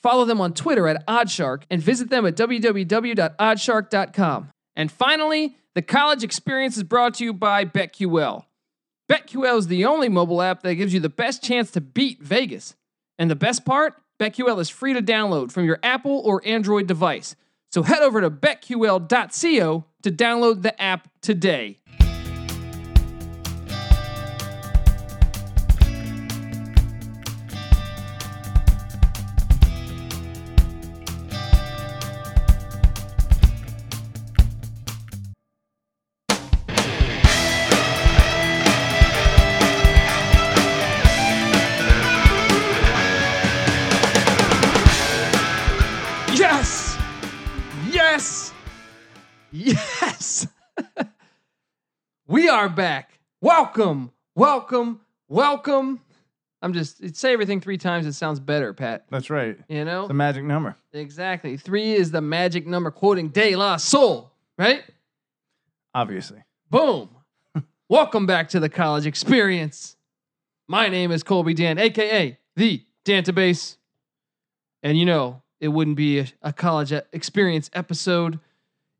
Follow them on Twitter at Oddshark and visit them at www.oddshark.com. And finally, the college experience is brought to you by BetQL. BetQL is the only mobile app that gives you the best chance to beat Vegas. And the best part? BetQL is free to download from your Apple or Android device. So head over to betql.co to download the app today. Yes! Yes! Yes! we are back. Welcome, welcome, welcome. I'm just, say everything three times, it sounds better, Pat. That's right. You know? The magic number. Exactly. Three is the magic number, quoting De La Soul, right? Obviously. Boom. Welcome back to the college experience. My name is Colby Dan, aka the Dantabase. And you know, it wouldn't be a, a college e- experience episode.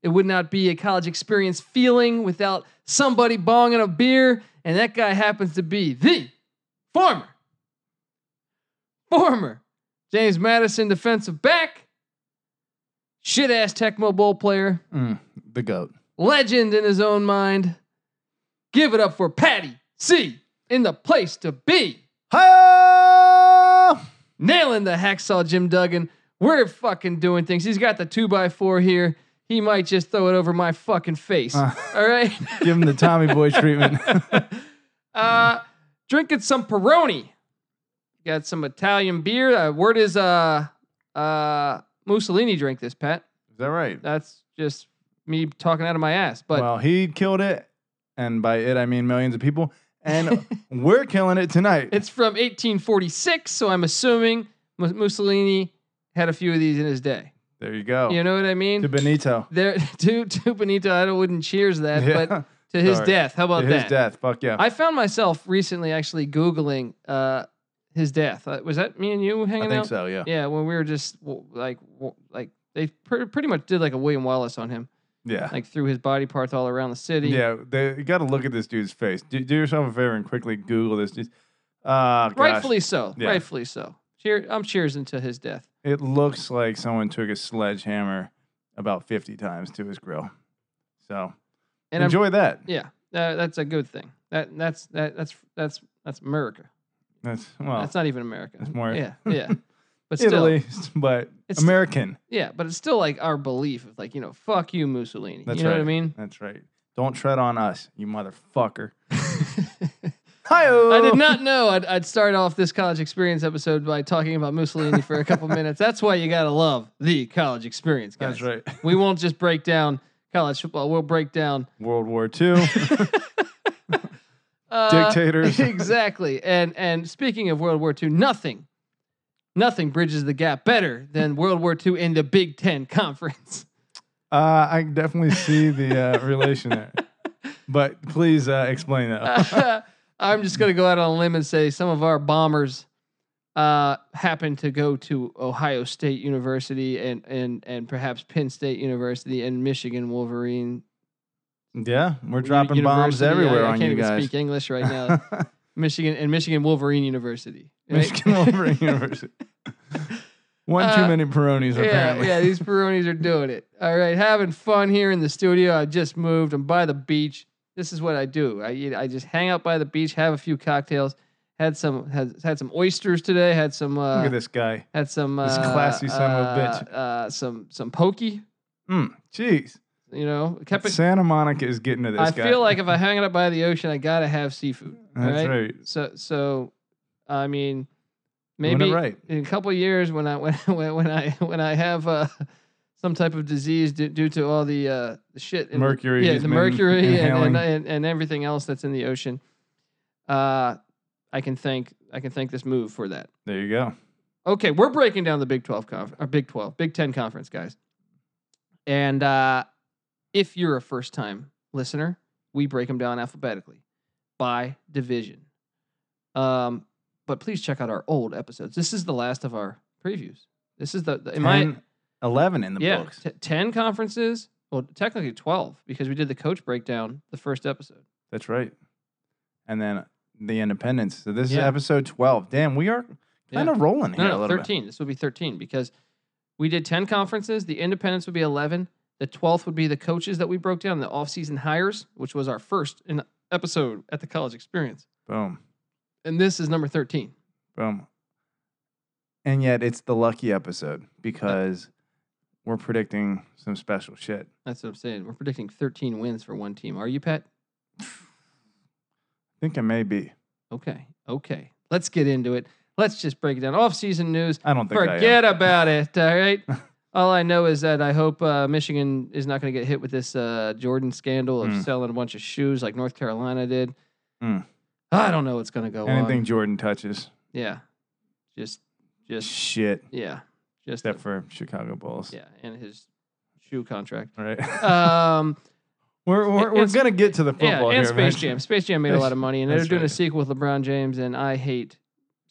It would not be a college experience feeling without somebody bonging a beer. And that guy happens to be the former, former James Madison defensive back, shit ass Tecmo Bowl player Mm, the goat. legend in his own mind. Give it up for Patty C in the place to be. Hi! Nailing the hacksaw Jim Duggan. We're fucking doing things. He's got the two by four here. He might just throw it over my fucking face. Uh. All right. Give him the Tommy Boy treatment. Uh drinking some Peroni. Got some Italian beer. Uh, where does uh uh Mussolini drink this, Pat? Is that right? That's just me talking out of my ass. But well, he killed it. And by it, I mean millions of people. And we're killing it tonight. It's from 1846, so I'm assuming Mu- Mussolini had a few of these in his day. there you go. You know what I mean? Oh. to Benito. there, to to Benito, I don't- wouldn't cheers that, Yeah. but to his Sorry. death. How about To his that? death. Fuck yeah. I found myself recently actually googling uh, his death. Uh, was that me and you I hanging think out? so, yeah. Yeah, when we were just w- like w- like they pr- pretty much did like a William Wallace on him, Yeah. like threw his body parts all around the city. Yeah. They, you got to look at this dude's face. Do, do yourself a favor and quickly Google this dude. Uh, gosh. rightfully so. Yeah. Rightfully so. Cheer, I'm cheersing to his death. It looks like someone took a sledgehammer about 50 times to his grill. So And I'm enjoy that. Yeah, uh, that's a good thing. That that's that that's that's that's America. That's well, that's not even America. it's more- Yeah, yeah. But still, Italy, but It's- American. yeah, but it's still like our belief of like you know, fuck you, Mussolini. That's you know what I right. mean? That's right. Don't tread on us, you motherfucker. I Hi, did not know I'd, I'd start off this college experience episode by talking about Mussolini for a couple minutes. That's why you gotta love the college experience, guys. That's right. We won't just break down college football. We'll break down World War II. uh, Dictators. exactly. And and speaking of World War II, nothing, nothing bridges the gap better than World War II in the Big Ten Conference. Uh, I can definitely see the uh, relation there, but please uh, explain that. I'm just gonna go out on a limb and say some of our bombers uh, happened to go to Ohio State University and and and perhaps Penn State University and Michigan Wolverine. yeah, we're dropping bombs University. I- everywhere I, on can't you even guys. speak English right now. Michigan and Michigan Wolverine University. right? Michigan Wolverine University. One Uh, too many Peronis, apparently. Yeah, yeah, these Peronis are doing it. All right, having fun here in the studio. I just moved. I'm by the beach. This is what I do. I eat, I just hang out by the beach, have a few cocktails. Had some had, had some oysters today. Had some uh, Look at this guy. had some this uh, classy son of a uh, bitch. Uh, some some pokey. Mm, Jeez, You know, kept it. Santa Monica is getting to this I guy. feel like if I hang out by the ocean, I gotta have seafood. all that's right. So so, I mean, Doing it maybe right. in a couple of years when I when when when I when I have uh, some type of disease due, due to all the uh, the shit. in- Mercury Yeah, he's the been mercury and, inhaling. and, and, and everything else that's in the ocean. Uh, I can thank I can thank this move for that. there you go. Okay, we're breaking down the Big 12 conference, or Big 12, Big 10 conference, guys. And uh, if you're a first time listener, we break them down alphabetically by division. Um, but please check out our old episodes. This is the last of our previews. This is the, the in my 10, 11 in the yeah, books. t- 10 conferences. Well, technically 12 because we did the coach breakdown the first episode. That's right. And then the independence. So this is Yeah. episode 12. Damn, we are kind of rolling here No, a no, little 13. This would be 13 because we did 10 conferences. The independents would be 11. The 12th would be the coaches that we broke down, the off-season hires, which was our first in episode at the college experience. bit. Boom. And this is number 13. Boom. And yet it's the lucky episode because we're predicting some special shit. That's what I'm saying. We're predicting 13 wins for one team. Are you, Pat? I think it may be. Okay. Okay. Let's get into it. Let's just break it down. Off-season news. I don't think I am. Forget about it. All right. All I know is that I hope uh, Michigan is not going to get hit with this uh, Jordan scandal of Mm. selling a bunch of shoes like North Carolina did. Mm. I don't know what's going to go Anything on. Jordan touches, Yeah. Just, just, shit. yeah. Just, Except for Chicago Bulls. yeah. And his shoe contract. All right. Um, we're we're, we're it's- going to get to the yeah. football And here. Space eventually. Jam. Space Jam made a lot of money and they're That's doing a right. sequel with LeBron James. And I hate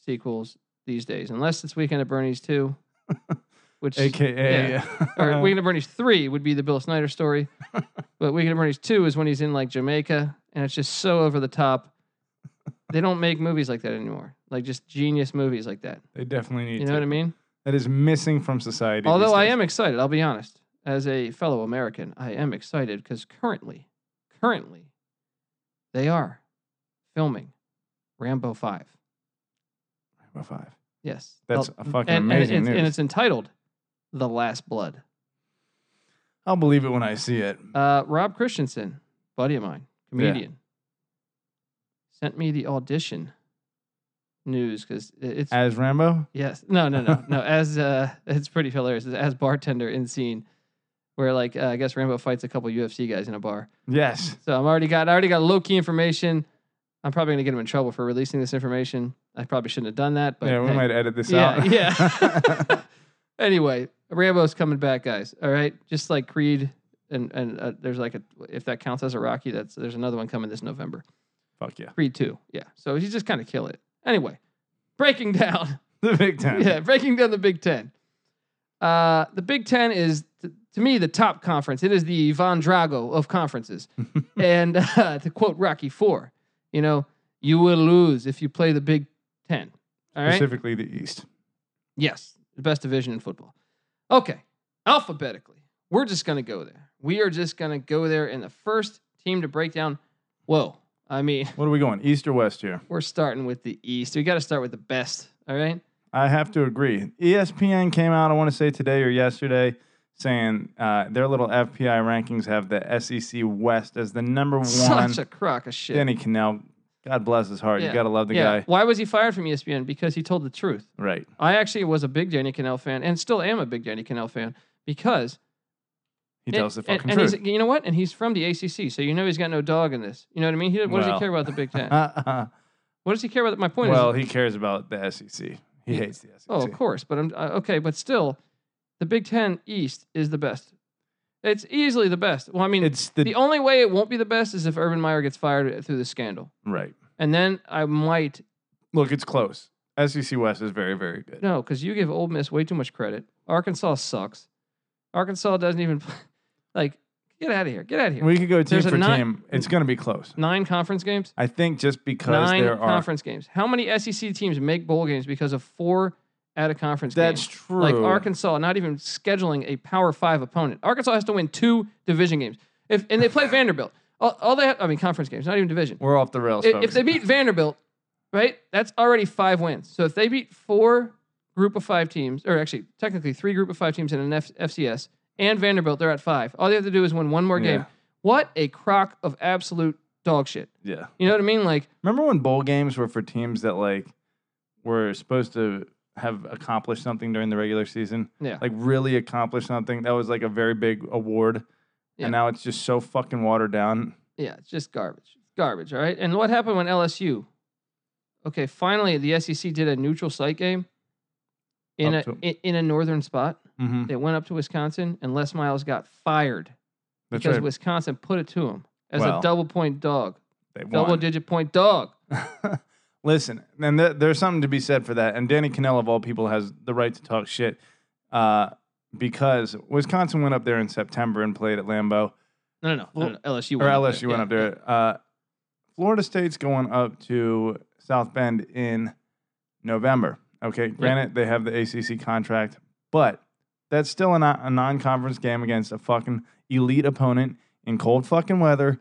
sequels these days, unless it's Weekend at Bernie's 2, which AKA. Uh-huh. or Weekend at Bernie's three would be the Bill Snyder story, but Weekend at Bernie's two is when he's in like Jamaica, and it's just so over the top. They don't make movies like that anymore, like just genius movies like that. they definitely need You know to. what I mean? That is missing from society. Although these I days. am excited, I'll be honest. As a fellow American, I am excited because currently, currently, they are filming Rambo Five. Well, five. Yes, That's The- a fucking and, amazing and, it's, and news. it's entitled "The Last Blood." I'll believe it when I see it. Uh, Rob Christensen, buddy of mine, comedian, sent me the audition news because it's As Rambo? yes, no, no, no, no. As uh, it's pretty hilarious. It's As bartender in scene, where like uh, I guess Rambo fights a couple UFC guys in a bar. Yes. So I'm already got I already got low key information. I'm probably gonna get him in trouble for releasing this information. I probably shouldn't have done that, but yeah, we hey. might edit this yeah, out. yeah. anyway, Rambo's coming back, guys. All right, just like Creed, and and uh, there's like a if that counts as a Rocky, that's there's another one coming this November. Fuck yeah. Creed two, yeah. So he's just kind of kill it. Anyway, breaking down, The big time. yeah, breaking down the Big Ten. Uh, the Big Ten is t- to me the top conference. It is the Von Drago of conferences, and uh, to quote Rocky Four, you know, you will lose if you play the Big Ten. All right. Specifically the East. Yes, the best division in football. Okay, alphabetically, we're just going to go there. We are just going to go there, and the first team to break down. Whoa, I mean, What are we going? East or West here? we're starting with the East. We got to start with the best. All right. I have to agree. E ESPN came out, I want to say today or yesterday, saying uh, their little FPI rankings have the SEC West as the number one. Such a crock of shit. Danny Cannell, God bless his heart. Yeah. You got to love the yeah. guy. Why was he fired from E ESPN? Because he told the truth. Right. I actually was a big Danny Cannell fan, and still am a big Danny Cannell fan because He And- tells the and- fucking and he's- truth. you know what? And he's from the ACC, so you know he's got no dog in this. You know what I mean? He, what does he Well. care about the Big Ten? Uh-uh. what does he care about? My point is, Well, he cares about the SEC. He hates the E SEC. Oh, of course, but I'm uh, okay. But still, the Big Ten East is the best. It's easily the best. Well, I mean, It's the, the, only way it won't be the best is if Urban Meyer gets fired uh, through the scandal, right. and then I might Look, it's close. SEC West is very, very good. no, because you give Ole Miss way too much credit. Arkansas sucks. Arkansas doesn't even like get out of here. Get out of here. We could go team There's a for nine- team. It's going to be close. Nine conference games. I think just because Nine there are conference games. How many SEC teams make bowl games because of four out of conference games? that's true. Like Arkansas, not even scheduling a Power Five opponent. Arkansas has to win two division games. If and they play Vanderbilt, all, all they have, I mean, conference games, not even division. We're off the rails. If, folks. if they beat Vanderbilt, right, that's already five wins. So if they beat four group of five teams, or actually technically three group of five teams in an F- FCS and Vanderbilt, they're at five. All they have to do is win one more game. Yeah. What a crock of absolute dog shit. yeah. You know what I mean? Like Remember when bowl games were for teams that like were supposed to have accomplished something during the regular season. Yeah. Like really accomplished something. That was like a very big award. Yeah. And now it's just so fucking watered down. Yeah, it's just garbage. Garbage, all right? And what happened when LSU? Okay, finally the SEC did a neutral site game in Up a to 'em. in, in a northern spot. Mm-hmm. They went up to Wisconsin and Les Miles got fired That's because right. Wisconsin put it to him as Well, a double point dog. They Double won. digit point dog. Listen, and th- there's something to be said for that. And Danny Cannell, of all people, has the right to talk shit uh, because Wisconsin went up there in September and played at Lambeau, No, no, no. no, no, LSU or went up LSU there. went Yeah, up there. Uh, Florida State's going up to South Bend in November. Okay, granted, they have the ACC contract, but that's still a, non- a non-conference game against a fucking elite opponent in cold fucking weather.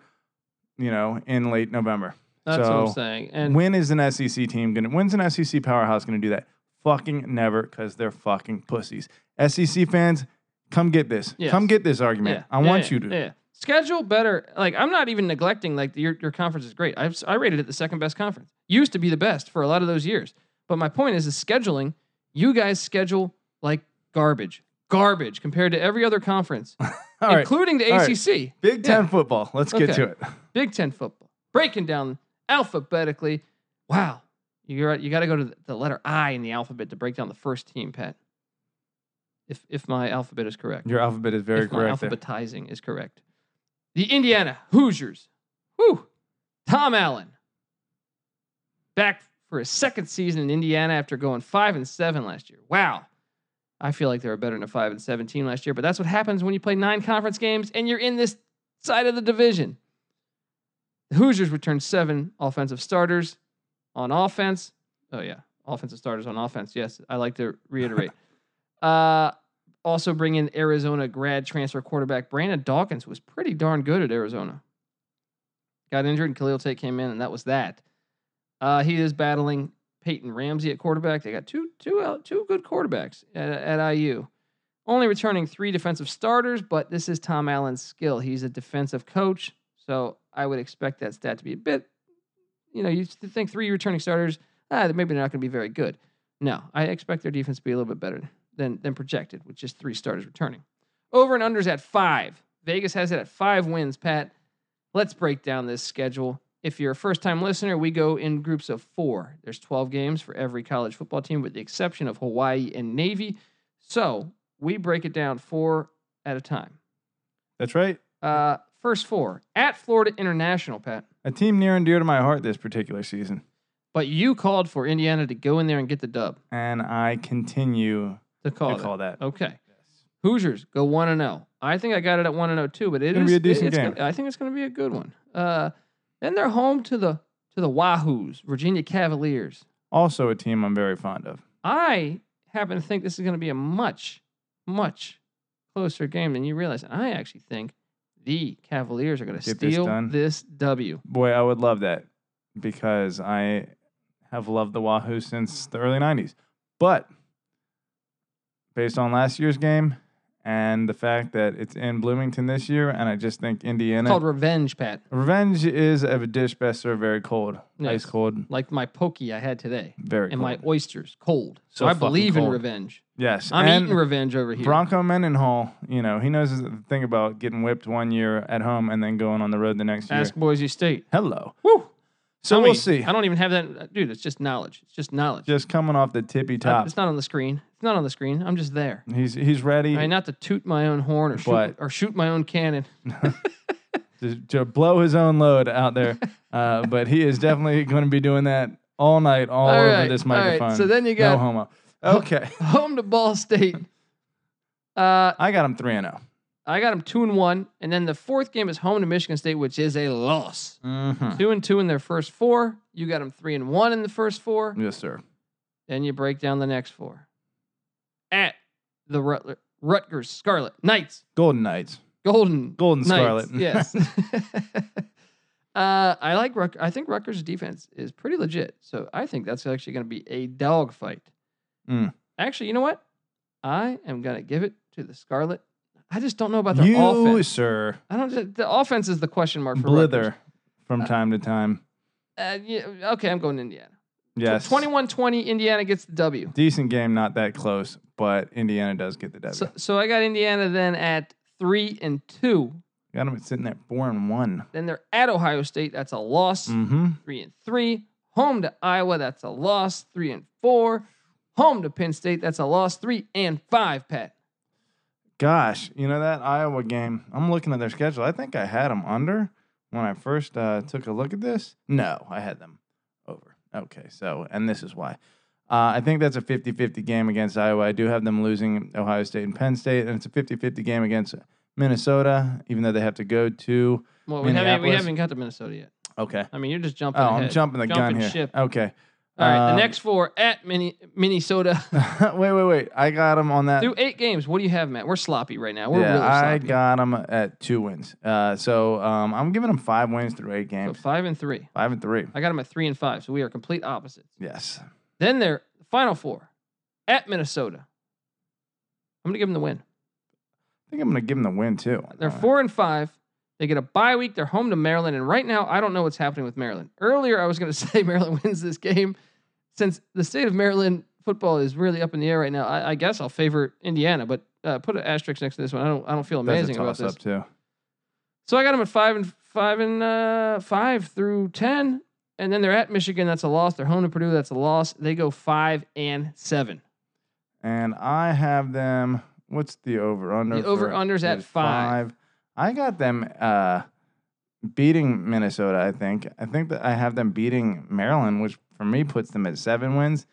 You know, in late November. That's what I'm So, saying. And when is an SEC team gonna? When's an SEC powerhouse gonna do that? Fucking never, because they're fucking pussies. SEC fans, come get this. Yes. Come get this argument. I Yeah, want yeah, you to. yeah. schedule better. Like I'm not even neglecting. Like your your conference is great. I've, I rated it the second best conference. Used to be the best for a lot of those years. But my point is, is scheduling. You guys schedule like garbage, garbage compared to every other conference, All right, including the All right. ACC, Big Ten football. Let's get Okay. to it. Big Ten football. Breaking down alphabetically. Wow, you you got to go to the- the letter I in the alphabet to break down the first team, Pat. If if my alphabet is correct. Your alphabet is very if correct. My there. alphabetizing is correct. The Indiana Hoosiers. Whew. Tom Allen. Back for his second season in Indiana after going five and seven last year. Wow. I feel like they were better than a five and seven team last year, but that's what happens when you play nine conference games and you're in this side of the division. The Hoosiers returned seven offensive starters on offense. Oh yeah, offensive starters on offense. Yes, I like to reiterate. uh, also bring in Arizona grad transfer quarterback Brandon Dawkins, who was pretty darn good at Arizona. Got injured, and Khalil Tate came in, and that was that. Uh, he is battling Peyton Ramsey at quarterback. They got two, two, uh, two good quarterbacks at, at IU. Only returning three defensive starters, but this is Tom Allen's skill. He's a defensive coach, so I would expect that stat to be a bit. You know, you think three returning starters, ah, maybe they're not going to be very good. No, I expect their defense to be a little bit better than than projected, with just three starters returning. Over and unders at five. Vegas has it at five wins. Pat, let's break down this schedule. If you're a first time listener, we go in groups of four. There's 12 games for every college football team, with the exception of Hawaii and Navy. So we break it down four at a time. That's right. Uh, first four at Florida International, Pat. A team near and dear to my heart this particular season, But you called for Indiana to go in there and get the dub. and I continue The call. Oh. to there. call that. Okay. Hoosiers go one and zero. I think I got it at one and zero too, but it Gonna be is- a decent it's game. gonna- I think it's going to be a good one. Uh, then they're home to the to the Wahoos, Virginia Cavaliers. Also, a team I'm very fond of. I happen to think this is going to be a much much closer game than you realize. I actually think the Cavaliers are going to Get this steal done. this, W. Boy, I would love that because I have loved the Wahoo since the early 90s. But based on last year's game and the fact that it's in Bloomington this year, and I just think It's Indiana. called revenge, Pat. revenge is a dish best served very cold, Yes. ice cold, Like my pokey I had today very and cold. my oysters cold. So, So I fucking believe in cold. revenge. yes, I'm and eating revenge over here. Bronco Mendenhall, you know, he knows the thing about getting whipped one year at home and then going on the road the next year. Ask Boise State. Hello. Woo. So I we'll mean, see. I don't even have that, dude. It's just knowledge. It's just knowledge. Just coming off the tippy I- top. it's not on the screen. It's not on the screen. I'm just there. He's he's ready. I mean, not to toot my own horn or shoot, But- or shoot my own cannon. to, to blow his own load out there. Uh, but he is definitely going to be doing that all night, all, All over right, this all right. microphone. So then you no got- homo. Okay, Home to Ball State. Uh, I got him three and oh. zero. I got them two and one, and then the fourth game is home to Michigan State, which is a loss. Mhm. Two and two in their first four. You got them three and one in the first four. Yes, sir. Then you break down the next four. At the Rutler, Rutgers Scarlet Knights, Golden Knights, Golden Golden Knights, Scarlet. yes. uh, I like Ruck. I think Rutgers' defense is pretty legit, so I think that's actually going to be a dog fight. Mm. Actually, you know what? I am going to give it to the Scarlet. I just don't know about their you, offense. sir, I don't. The offense is the question mark for Rutgers. blither from time to time. Uh, yeah, okay, I'm going Indiana. Yes. 21 20, Indiana gets the W. Decent game, not that close, but Indiana does get the W. So, so I got Indiana then at three and two. Got them sitting at four and one. Then they're at Ohio State. That's a loss. Mm-hmm. Three and three. Home to Iowa. That's a loss. Three and four. Home to Penn State. That's a loss. Three and five, Pat. Gosh, you know that Iowa game. I'm looking at their schedule. I think I had them under when I first uh, took a look at this. No, I had them over. Okay, so and this is why. Uh, I think that's a 50-50 game against Iowa. I do have them losing Ohio State and Penn State, and it's a 50-50 game against Minnesota, even though they have to go to. Well, we haven't, we Minneapolis. haven't got to Minnesota yet. Okay. I mean, you're just Oh, jumping. I'm ahead. jumping the gun here. ship. Okay. All right, Um, the next four at Mini- Minnesota wait, wait, wait. I got them on that. through eight games. What do you have, Matt? We're sloppy right now. We're yeah, really I sloppy. got them at two wins. Uh, so um, I'm giving them five wins through eight So games. five and three. Five and three. I got them at three and five, so we are complete opposites. Yes. Then they're final four at Minnesota. I'm gonna give them the win. I think I'm going to give them the win too. Uh, They're four and five. They get a bye week. They're home to Maryland, and right now I don't know what's happening with Maryland. Earlier I was gonna say Maryland wins this game, since the state of Maryland football is really up in the air right now. I, I guess I'll favor Indiana, but uh, put an asterisk next to this one. I don't. I don't feel amazing about toss this. up too. So I got them at five and five and uh, five through ten, and then they're at Michigan. That's a loss. They're home to Purdue. That's a loss. They go five and seven. And I have them. What's the over under? The over-under's at five. I got them uh, beating Minnesota. I think. I think that I have them beating Maryland, which for me puts them at seven wins.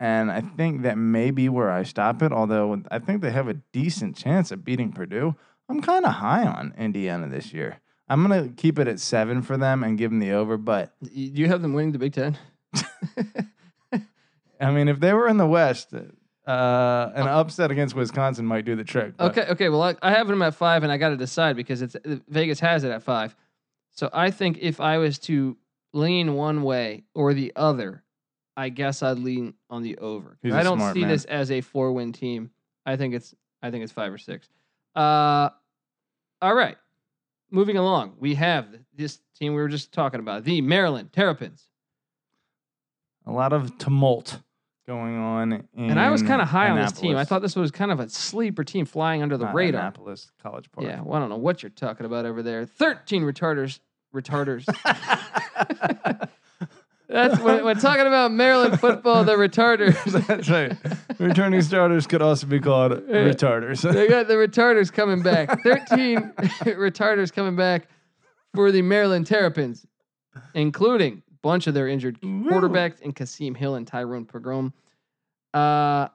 And I think that may be where I stop it. Although I think they have a decent chance of beating Purdue. I'm kind of high on Indiana this year. I'm gonna keep it at seven for them and give them the over. But Do you have them winning the Big Ten? I mean, if they were in the West, uh, an upset against Wisconsin might do the trick. but- Okay. Okay. Well, I, I have them at five, and I got to decide because it's uh, Vegas has it at five. So I think if I was to lean one way or the other, I guess I'd lean on the over. He's a I don't smart see man. this as a four-win team. I think it's I think it's five or six. Uh, all right. Moving along, we have this team we were just talking about, the Maryland Terrapins, a lot of tumult going on. In and I was kind of high on this team. I Annapolis. thought this was kind of a sleeper team flying under the Not radar. Annapolis College Park. Yeah, well, I don't know what you're talking about over there. Thirteen retarders, retarders. That's when, when talking about Maryland football. The retarders, That's right. Returning starters could also be called retarders. they got the retarders coming back. Thirteen retarders coming back for the Maryland Terrapins, including a bunch of their injured quarterbacks and Kasim Hill and Tyrone Pogrom. Uh,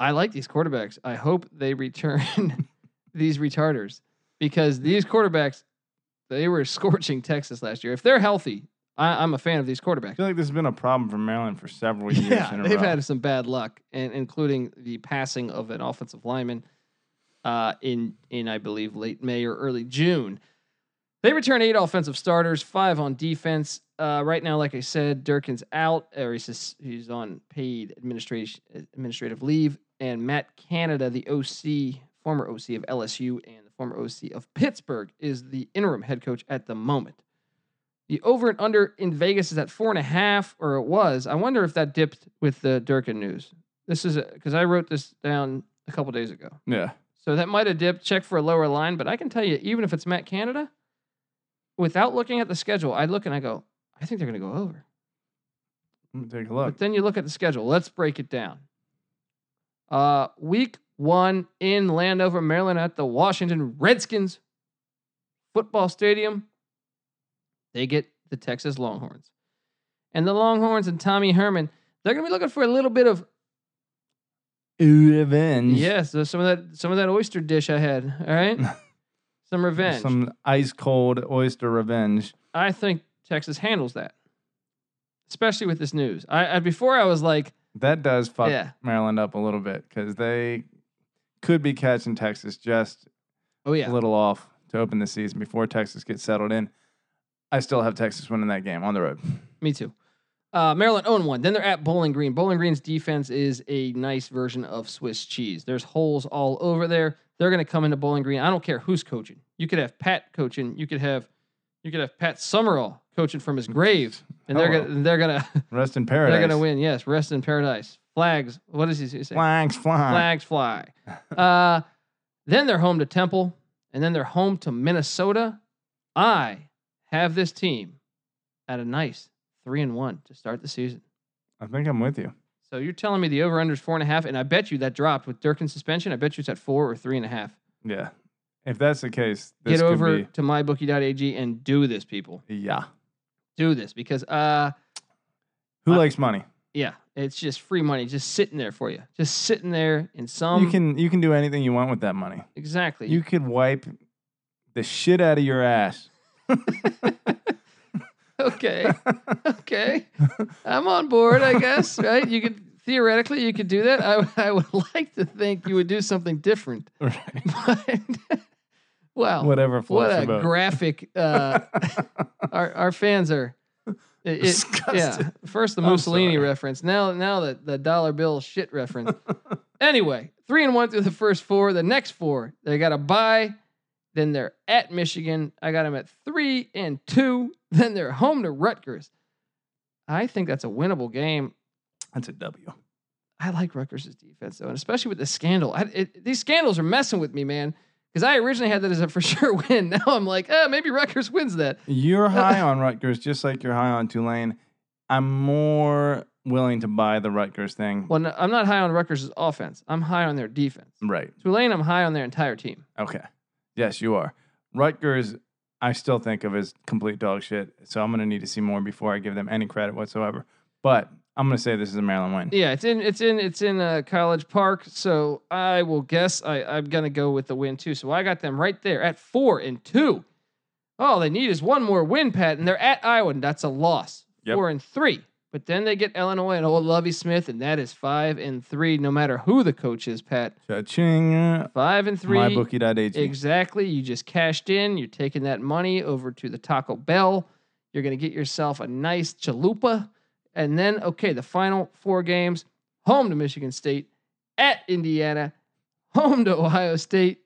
I like these quarterbacks. I hope they return these retarders because these quarterbacks, they were scorching Texas last year. If they're healthy, I, I'm a fan of these I quarterbacks. feel like this has been a problem for Maryland for several years in Yeah, a they've row. had some bad luck, and including the passing of an offensive lineman uh, in in I believe late May or early June. They return eight offensive starters, five on defense. Uh, right now, like I said, Durkin's out, or he's, sus- he's on paid administration administrative leave, and Matt Canada, the OC, former OC of LSU and the former OC of Pittsburgh, is the interim head coach at the moment. The over and under in Vegas is at four and a half, or it was. I wonder if that dipped with the Durkin news. This is because I wrote this down a couple days ago. yeah. So that might have dipped. Check for a lower line, but I can tell you, even if it's Matt Canada, without looking at the schedule, I look and I go, I think they're going to go over. Let me take But a look. then you look at the schedule. Let's break it down. Uh, week one in Landover, Maryland, at the Washington Redskins football stadium. They get the Texas Longhorns, and the Longhorns and Tommy Herman. They're going to be looking for a little bit of Revenge. yeah, so some of that some of that oyster dish I had. All right, some revenge. Some ice cold oyster revenge. I think Texas handles that, especially with this news. I, I before I was like, That does fuck Yeah. Maryland up a little bit because they could be catching Texas just oh yeah, a little off to open the season before Texas gets settled in. I still have Texas winning that game on the road. Me too. Uh, Maryland own one. Then they're at Bowling Green. Bowling Green's defense is a nice version of Swiss cheese. There's holes all over there. They're going to come into Bowling Green. I don't care who's coaching. You could have Pat coaching. You could have You could have Pat Summerall coaching from his grave, and they're Hello. gonna they're gonna Rest in they're paradise. gonna win. Yes, rest in paradise. Flags. What does he say? Flags fly. Flags fly. Uh, then they're home to Temple, and then they're home to Minnesota. I have this team at a nice three and one to start the season. I think I'm with you. So you're telling me the over under is four and a half, and I bet you that dropped with Durkin suspension. I bet you it's at four or three and a half. Yeah. If that's the case, this Get could over to mybookie.ag and do this, people. Be, yeah. Do this because uh Who I- likes money? yeah, it's just free money just sitting there for you. Just sitting there in some you can you can do anything you want with that money. exactly. You could wipe the shit out of your ass. okay. okay. I'm on board, I guess, right? You could theoretically you could do that. I I would like to think you would do something different. Right. But wow. Whatever what floats your a boat. graphic uh our our fans are it, it- yeah Disgusted. first the I'm mussolini sorry. reference now now the, the dollar bill shit reference anyway three and one through the first four the next four they got a bye then they're at michigan i got them at three and two then they're home to rutgers i think that's a winnable game That's a W. I like Rutgers' defense though, and especially with the scandal. I, it, these scandals are messing with me, man. Because I originally had that as a for sure win. Now I'm like, ah, maybe Rutgers wins that. You're high on Rutgers, just like you're high on Tulane. I'm more willing to buy the Rutgers thing. Well, no, I'm not high on Rutgers' offense. I'm high on their defense. Right. Tulane, I'm high on their entire team. Okay. Yes, you are. Rutgers, I still think of as complete dog shit. So I'm going to need to see more before I give them any credit whatsoever. But I'm going to say this is a Maryland win. Yeah, it's in it's in it's in uh, College Park. So I will guess I, I'm gonna go with the win too. So I got them right there at four and two. All they need is one more win, Pat, and they're at Iowa, and that's a loss. Yep. Four and three. But then they get Illinois and old Lovey Smith, and that is five and three, no matter who the coach is, Pat. Cha-ching. Five and three. MyBookie.ag. Exactly. You just cashed in. You're taking that money over to the Taco Bell. You're going to get yourself a nice chalupa. And then, okay, the final four games home to Michigan State, at Indiana, home to Ohio State,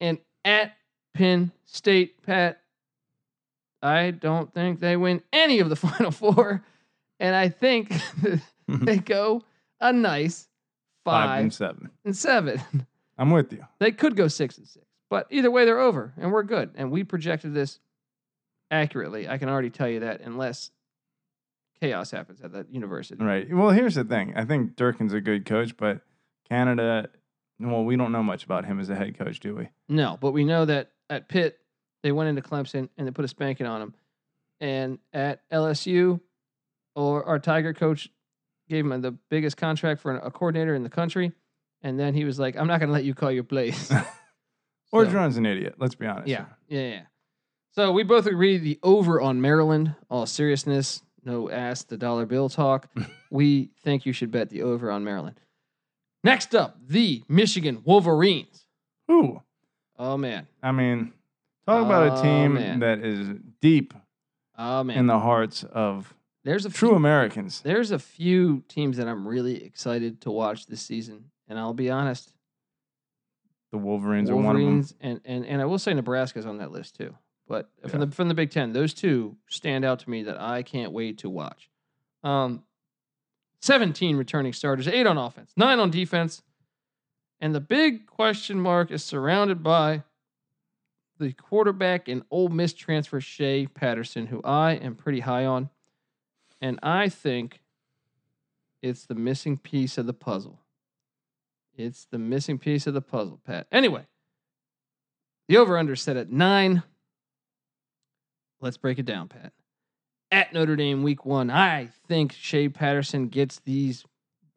and at Penn State, Pat. I don't think they win any of the final four. And I think they go a nice Five five and seven. and seven. I'm with you. They could go six and six, but either way, they're over and we're good. And we projected this accurately. I can already tell you that, unless chaos happens at that university. Right. Well, here's the thing. I think Durkin's a good coach, but Canada, well, we don't know much about him as a head coach, do we? No, but we know that at Pitt, they went into Clemson and they put a spanking on them. And at LSU, or our Tiger coach gave him the biggest contract for a coordinator in the country. And then he was like, I'm not going to let you call your plays. Or So- Jeron's an idiot. Let's be honest. Yeah, yeah, yeah. So we both agree the over on Maryland. All seriousness, no ass the dollar bill talk. we think you should bet the over on Maryland. Next up, the Michigan Wolverines. Ooh. Oh man, I mean, talk about Oh, a team man. that is deep oh in man. the hearts of There's a few, true Americans. There's a few teams that I'm really excited to watch this season, and I'll be honest, The Wolverines, are one of them. Wolverines and, and and I will say Nebraska's on that list too. But from Yeah. the from the Big Ten, those two stand out to me that I can't wait to watch. Um, seventeen returning starters, eight on offense, nine on defense, and the big question mark is surrounded by the quarterback and Ole Miss transfer Shea Patterson, who I am pretty high on, and I think it's the missing piece of the puzzle. It's the missing piece of the puzzle, Pat. Anyway, the over under set at nine. Let's break it down, Pat. At Notre Dame week one, I think Shea Patterson gets these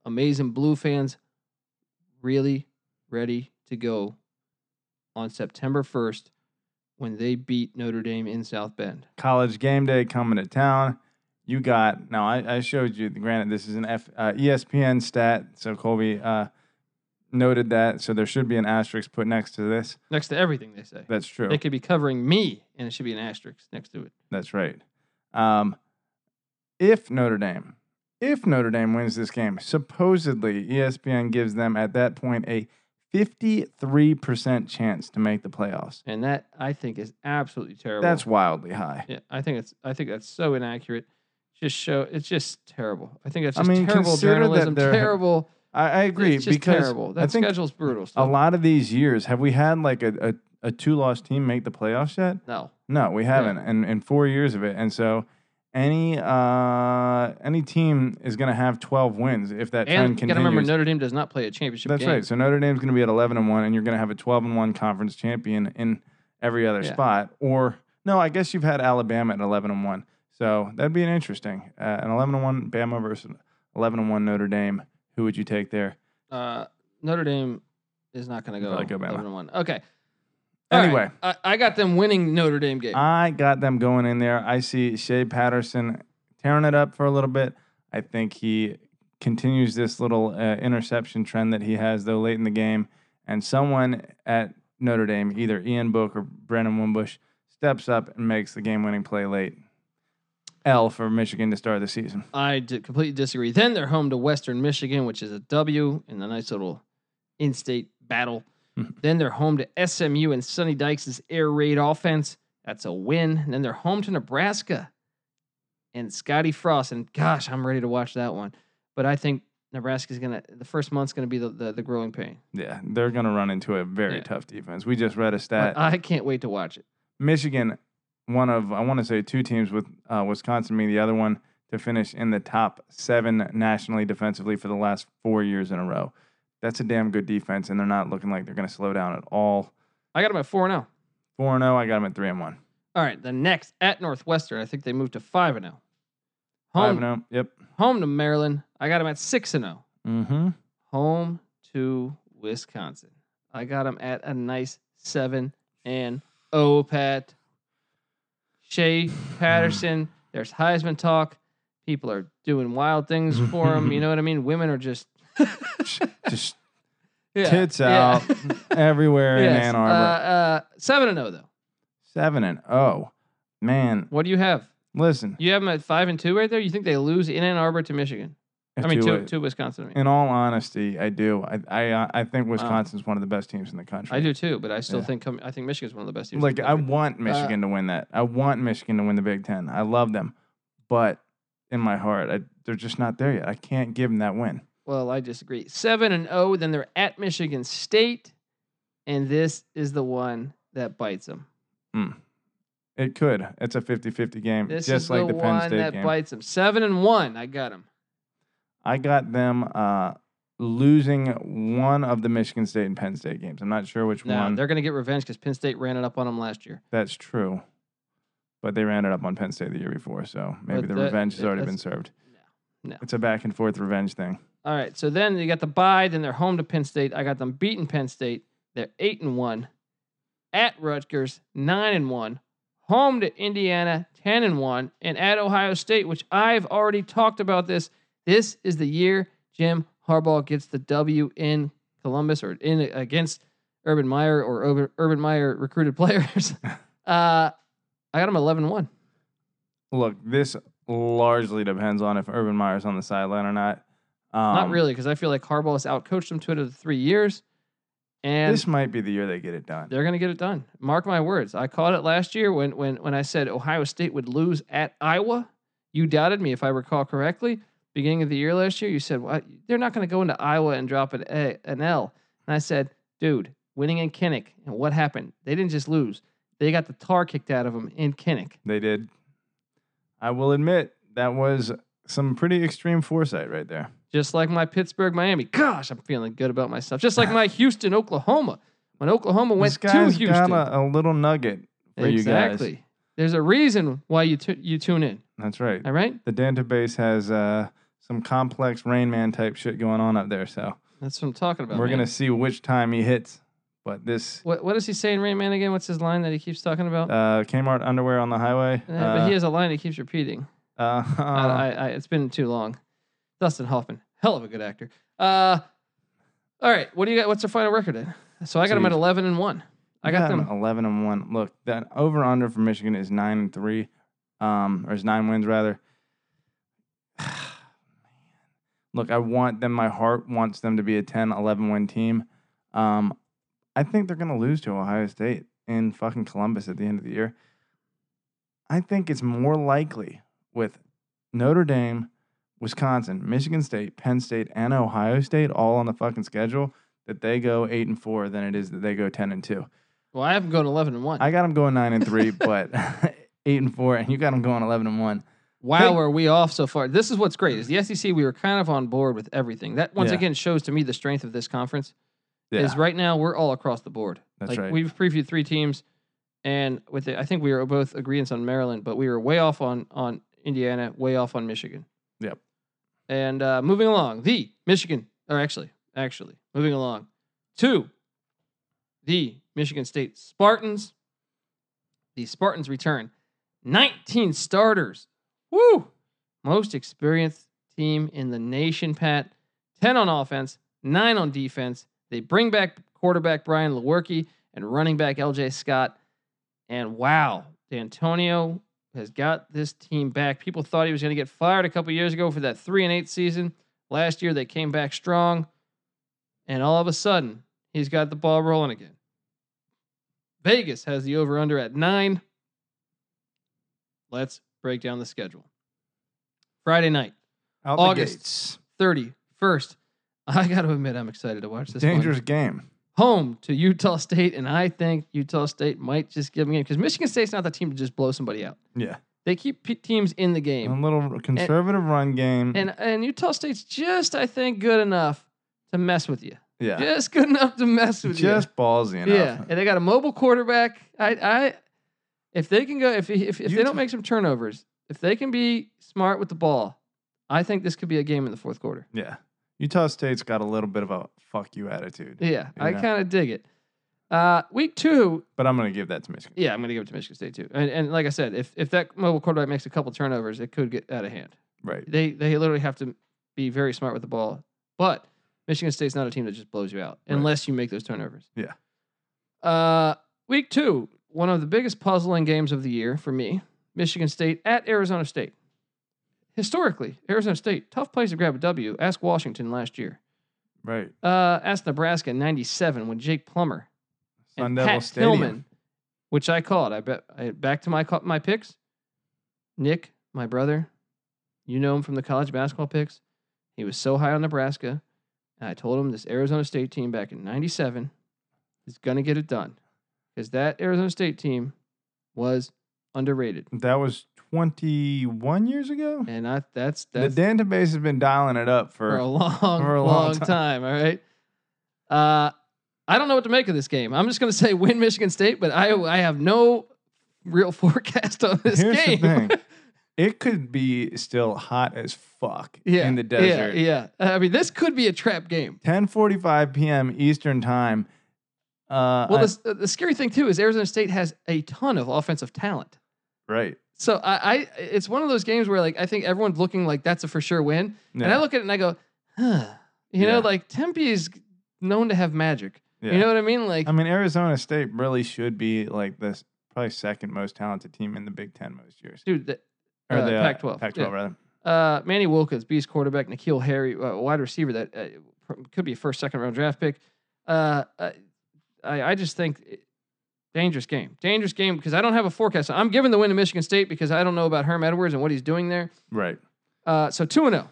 amazing blue fans really ready to go on September 1st when they beat Notre Dame in South Bend. College game day coming to town. You got now. I, I showed you. Granted, this is an F, uh, ESPN stat, so Colby uh, noted that. So there should be an asterisk put next to this. Next to everything they say. That's true. They could be covering me, and it should be an asterisk next to it. That's right. Um, if Notre Dame, E if Notre Dame wins this game, supposedly ESPN gives them at that point a 53% chance to make the playoffs. and that I think is absolutely terrible. That's wildly high. yeah, I think it's I think that's so inaccurate. Just show it's just terrible. I think that's I just mean, terrible consider that journalism. there- Terrible. I, I agree it's just because terrible. I That think schedule's brutal. a Still. lot of these years have we had like a, a, a two loss team make the playoffs yet? No, No, we haven't, and in four years of it, and so any uh any team is going to have twelve wins if that and trend you gotta remember continues. Notre Dame does not play a championship That's game. right. So Notre Dame's going to be at eleven and one, and you're going to have a twelve and one conference champion in every other Yeah. spot. Or no, I guess you've had Alabama at eleven and one, so that'd be an interesting uh, an eleven and one Bama versus eleven and one Notre Dame. Who would you take there? Uh, Notre Dame is not going to go Probably go Bama. 11-1. Okay. All right. Anyway, I, I got them winning Notre Dame game. I got them going in there. I see Shea Patterson tearing it up for a little bit. I think he continues this little uh, interception trend that he has, though, late in the game. And someone at Notre Dame, either Ian Book or Brandon Wimbush, steps up and makes the game winning play late. L for Michigan to start the season. I d- completely disagree. Then they're home to Western Michigan, which is a W in a nice little in-state battle. Mm-hmm. then they're home to SMU and Sonny Dykes' air raid offense. That's a win. And then they're home to Nebraska and Scotty Frost. And gosh, I'm ready to watch that one. But I think Nebraska's gonna the first month's gonna be the the, the growing pain. Yeah, they're going to run into a very Yeah. tough defense. We just read a stat. But I can't wait to watch it. Michigan, one of I want to say two teams with uh, Wisconsin being the other one to finish in the top seven nationally defensively for the last four years in a row. That's a damn good defense, and they're not looking like they're going to slow down at all. I got them at four and zero. Four and zero, I got them at three and one. All right, the next at Northwestern. I think they moved to five and zero. Five and oh. Home zero. Yep. home to Maryland. I got them at six and oh. zero. Mm-hmm. home to Wisconsin. I got them at a nice seven and oh, Pat. Shea Patterson. There's Heisman talk. People are doing wild things for him. You know what I mean? Women are just Just yeah, Tits yeah. out. everywhere in Yes. Ann Uh, Arbor. uh, seven and zero though. Seven and zero. Man, What do you have? listen. You have them at five and two right there. You think they lose in Ann Arbor to Michigan? I mean, to to, it- to Wisconsin. I, mean. In all honesty, I do. I I, uh, I think Wisconsin's one of the best teams in the country. I do too, but I still Yeah. think com- I think Michigan's one of the best teams. in Like the I country. want Michigan to win that. I want Michigan to win the Big Ten. I love them, but in my heart, I, they're just not there yet. I can't give them that win. Well, I disagree. Seven and zero. Then they're at Michigan State, and this is the one that bites them. It could. It's a 50-50 game, This just is like the, the, Penn one State that game. bites them. Seven and one. I got them. I got them uh, losing one of the Michigan State and Penn State games. I'm not sure which No, one. they're going to get revenge because Penn State ran it up on them last year. That's true, but they ran it up on Penn State the year before, so maybe But the that- revenge has that- already been that's- served. no. It's a back and forth revenge thing. All right. So then you got the bye. Then they're home to Penn State. I got them beating Penn State. They're eight and one. At Rutgers, nine and one. Home to Indiana, ten and one, and at Ohio State, which I've already talked about. This this is the year Jim Harbaugh gets the W in Columbus or in against Urban Meyer or Urban- Urban Meyer recruited players. uh, I got him 11-1. Look, this largely depends on if Urban Meyer's on the sideline or not. Um, Not really, because I feel like Harbaugh has outcoached him two out of the three years. And this might be the year they get it done. They're going to get it done. Mark my words. I called it last year when when when I said Ohio State would lose at Iowa. You doubted me, if I recall correctly. Beginning of the year last year, you said well, they're not going to go into Iowa and drop an a, an L. And I said, dude, winning in Kinnick. And what happened? They didn't just lose. They got the tar kicked out of them in Kinnick. They did. I will admit that was some pretty extreme foresight right there. Just like my Pittsburgh, Miami. Gosh, I'm feeling good about myself. Just like my Houston, Oklahoma. When Oklahoma went this to guy's Houston. got a, a little nugget for exactly. you guys. There's a reason why you tu- you tune in. That's right. All right. The database has uh, some complex Rain Man type shit going on up there. So That's what I'm talking about. we're man. gonna see which time he hits. But this What What does he say in Rain Man again? What's his line that he keeps talking about? uh, Kmart underwear on the highway. Yeah, but he has a line he keeps repeating. uh, I, uh, I, I, it's been too long. Dustin Hoffman, hell of a good actor. Uh, all right. What do you got? What's their final record then? So I got them at Jeez. 11 and one. I got them. eleven and one. Look, that over under for Michigan is nine and three, um, or is nine wins rather. Look, I want them. My heart wants them to be a 10, 11 win team. Um, I think they're going to lose to Ohio State in fucking Columbus at the end of the year. I think it's more likely with Notre Dame, Wisconsin, Michigan State, Penn State, and Ohio State all on the fucking schedule that they go eight and four than it is that they go ten and two. Well, I have them going eleven and one. I got them going nine and three, but eight and four, and you got them going eleven and one. wow, Hey. are we off so far? This is what's great is the SEC. We were kind of on board with everything. That once Yeah. again shows to me the strength of this conference. Yeah, Is right now we're all across the board. that's like right. we've previewed three teams, and with the, I think we were both agreeing on Maryland, but we were way off on on Indiana, way off on Michigan. Yep. And uh, moving along, the Michigan, or actually, actually, moving along to the Michigan State Spartans. The Spartans return 19 starters. Woo! Most experienced team in the nation, Pat. 10 on offense, 9 on defense. They bring back quarterback Brian Lewerke and running back LJ Scott. And wow, D'Antonio has got this team back. People thought he was going to get fired a couple years ago for that 3 and 8 season. Last year they came back strong. And all of a sudden, he's got the ball rolling again. Vegas has the over under at 9. Let's break down the schedule. Friday night, Out August. the gates. 31st. I got to admit, I'm excited to watch this. one. dangerous game. Home to Utah State, and I think Utah State might just give them a game because Michigan State's not the team to just blow somebody out. Yeah, They keep p- teams in the a game, little conservative run game. and and Utah State's just, I think, good enough to mess with you. yeah, Just good enough to mess with you. just ballsy enough. Yeah, and they got a mobile quarterback. I, I, if they can go, if if, if they Utah- don't make some turnovers, if they can be smart with the ball, I think this could be a game in the fourth quarter. Yeah. Utah State's got a little bit of a fuck you attitude, Yeah, I Yeah. kind of dig it. Uh, week two, but I'm going to give that to Michigan. yeah, I'm going to give it to Michigan State too. And, and like I said, if if that mobile quarterback makes a couple turnovers, it could get out of hand. Right. They they literally have to be very smart with the ball. But Michigan State's not a team that just blows you out Right. unless you make those turnovers. Yeah. Uh, week two, one of the biggest puzzling games of the year for me. Michigan State at Arizona State. Historically, Arizona State tough place to grab a W. Ask Washington last year. Right. Uh, ask Nebraska in '97 when Jake Plummer Sun and Devil Pat Stadium. Tillman, which I called. I bet I, back to my co- my picks. Nick, my brother, you know him from the college basketball picks. He was so high on Nebraska, and I told him this Arizona State team back in '97 is going to get it done because that Arizona State team was underrated, That was 21 years ago. and I that's that's the database has been dialing it up for for. a long, for a long long, time. All right. Uh, I don't know what to make of this game. I'm just going to say win Michigan State, but I I have no real forecast on this Here's game. the thing. It could be still hot as fuck yeah, in the desert. Yeah, yeah. I mean, this could be a trap game. 10:45 p.m. Eastern time. Uh, Well, I- the, the scary thing too is Arizona State has a ton of offensive talent. right. So I, I, it's one of those games where like I think everyone's looking like that's a for sure win, and I Yeah. look at it and I go, huh, you Yeah. know, like Tempe is known to have magic. Yeah. You know what I mean? Like I mean, Arizona State really should be like this, probably second most talented team in the Big Ten most years. dude, the, Or Uh, the uh, Pac-12, Pac-12 yeah. rather. Uh, Manny Wilkins, Beast quarterback, Nikhil Harry, uh, wide receiver that uh, pr- could be a first, second round draft pick. Uh, I, I I just think it- dangerous game, dangerous game because I don't have a forecast. I'm giving the win to Michigan State because I don't know about Herm Edwards and what he's doing there. Right. Uh, so two and zero.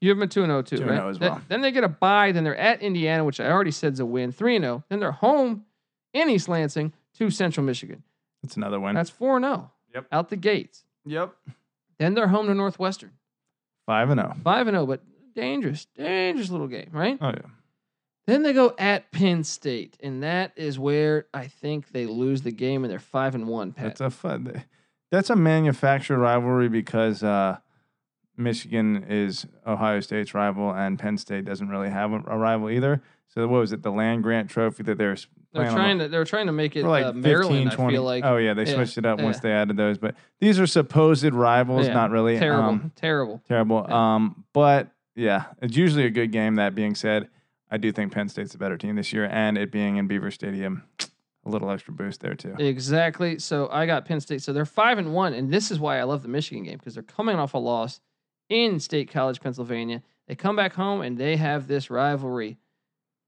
You have them at two and zero too, 2 and right? 0 as Th- well. then they get a bye. Then they're at Indiana, which I already said is a win. Three and zero. Then they're home in East Lansing to Central Michigan. That's another one. That's four and zero. Yep. Out the gates. yep. Then they're home to Northwestern. 5 and 0. Five and zero, but dangerous, dangerous little game, right? Oh yeah. Then they go at Penn State, and that is where I think they lose the game, and they're five and one. Pat, That's a fun. That's a manufactured rivalry because uh, Michigan is Ohio State's rival and Penn State doesn't really have a, a rival either. So what was it? The land grant trophy that they're s- they're playing on trying to they're trying to make the- it for like uh, 15, Maryland. 20. I feel like oh yeah, they Yeah, switched it up once yeah. they added those. But these are supposed rivals, Yeah, not really terrible, Um, terrible. terrible. Yeah. Um, but yeah, it's usually a good game. That being said, I do think Penn State's a better team this year, and it being in Beaver Stadium, a little extra boost there too. Exactly. So I got Penn State. So they're five and one, and this is why I love the Michigan game because they're coming off a loss in State College, Pennsylvania. They come back home and they have this rivalry.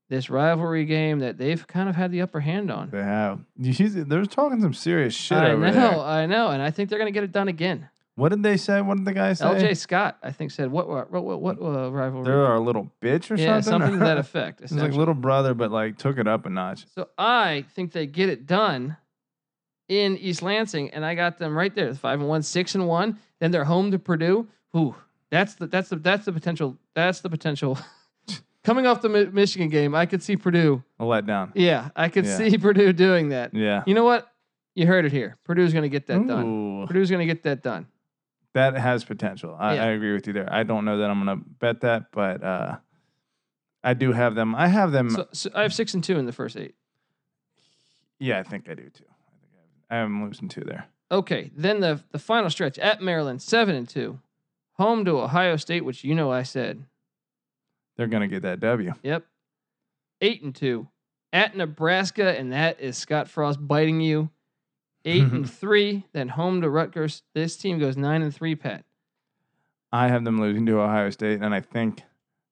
this rivalry game that they've kind of had the upper hand on. They have. You see, they're talking some serious shit I over know, there. I know, and I think they're going to get it done again. What did they say? What did the guy say? LJ Scott, I think, said what what what, what uh, rivalry? They're our little bitch or yeah, something. something to that effect. It's like essentially. little brother, but like took it up a notch. So I think they get it done in East Lansing, and I got them right there, five and one, six and one. Then they're home to Purdue. Who? That's the that's the that's the potential. That's the potential. Coming off the Mi- Michigan game, I could see Purdue. A letdown. Yeah, I could Yeah. see Purdue doing that. Yeah. You know what? You heard it here. Purdue's going to get that done. Ooh, Purdue's going to get that done. that has potential. I, Yeah. I agree with you there. I don't know that I'm gonna bet that, but uh, I do have them. I have them. So, so I have six and two in the first eight. yeah, I think I do too. I think I have, I'm losing two there. Okay, then the the final stretch at Maryland, seven and two, home to Ohio State, which you know I said They're gonna get that W. Yep. Eight and two at Nebraska, and that is Scott Frost biting you. Eight and three, then home to Rutgers. This team goes nine and three, Pat. I have them losing to Ohio State, and I think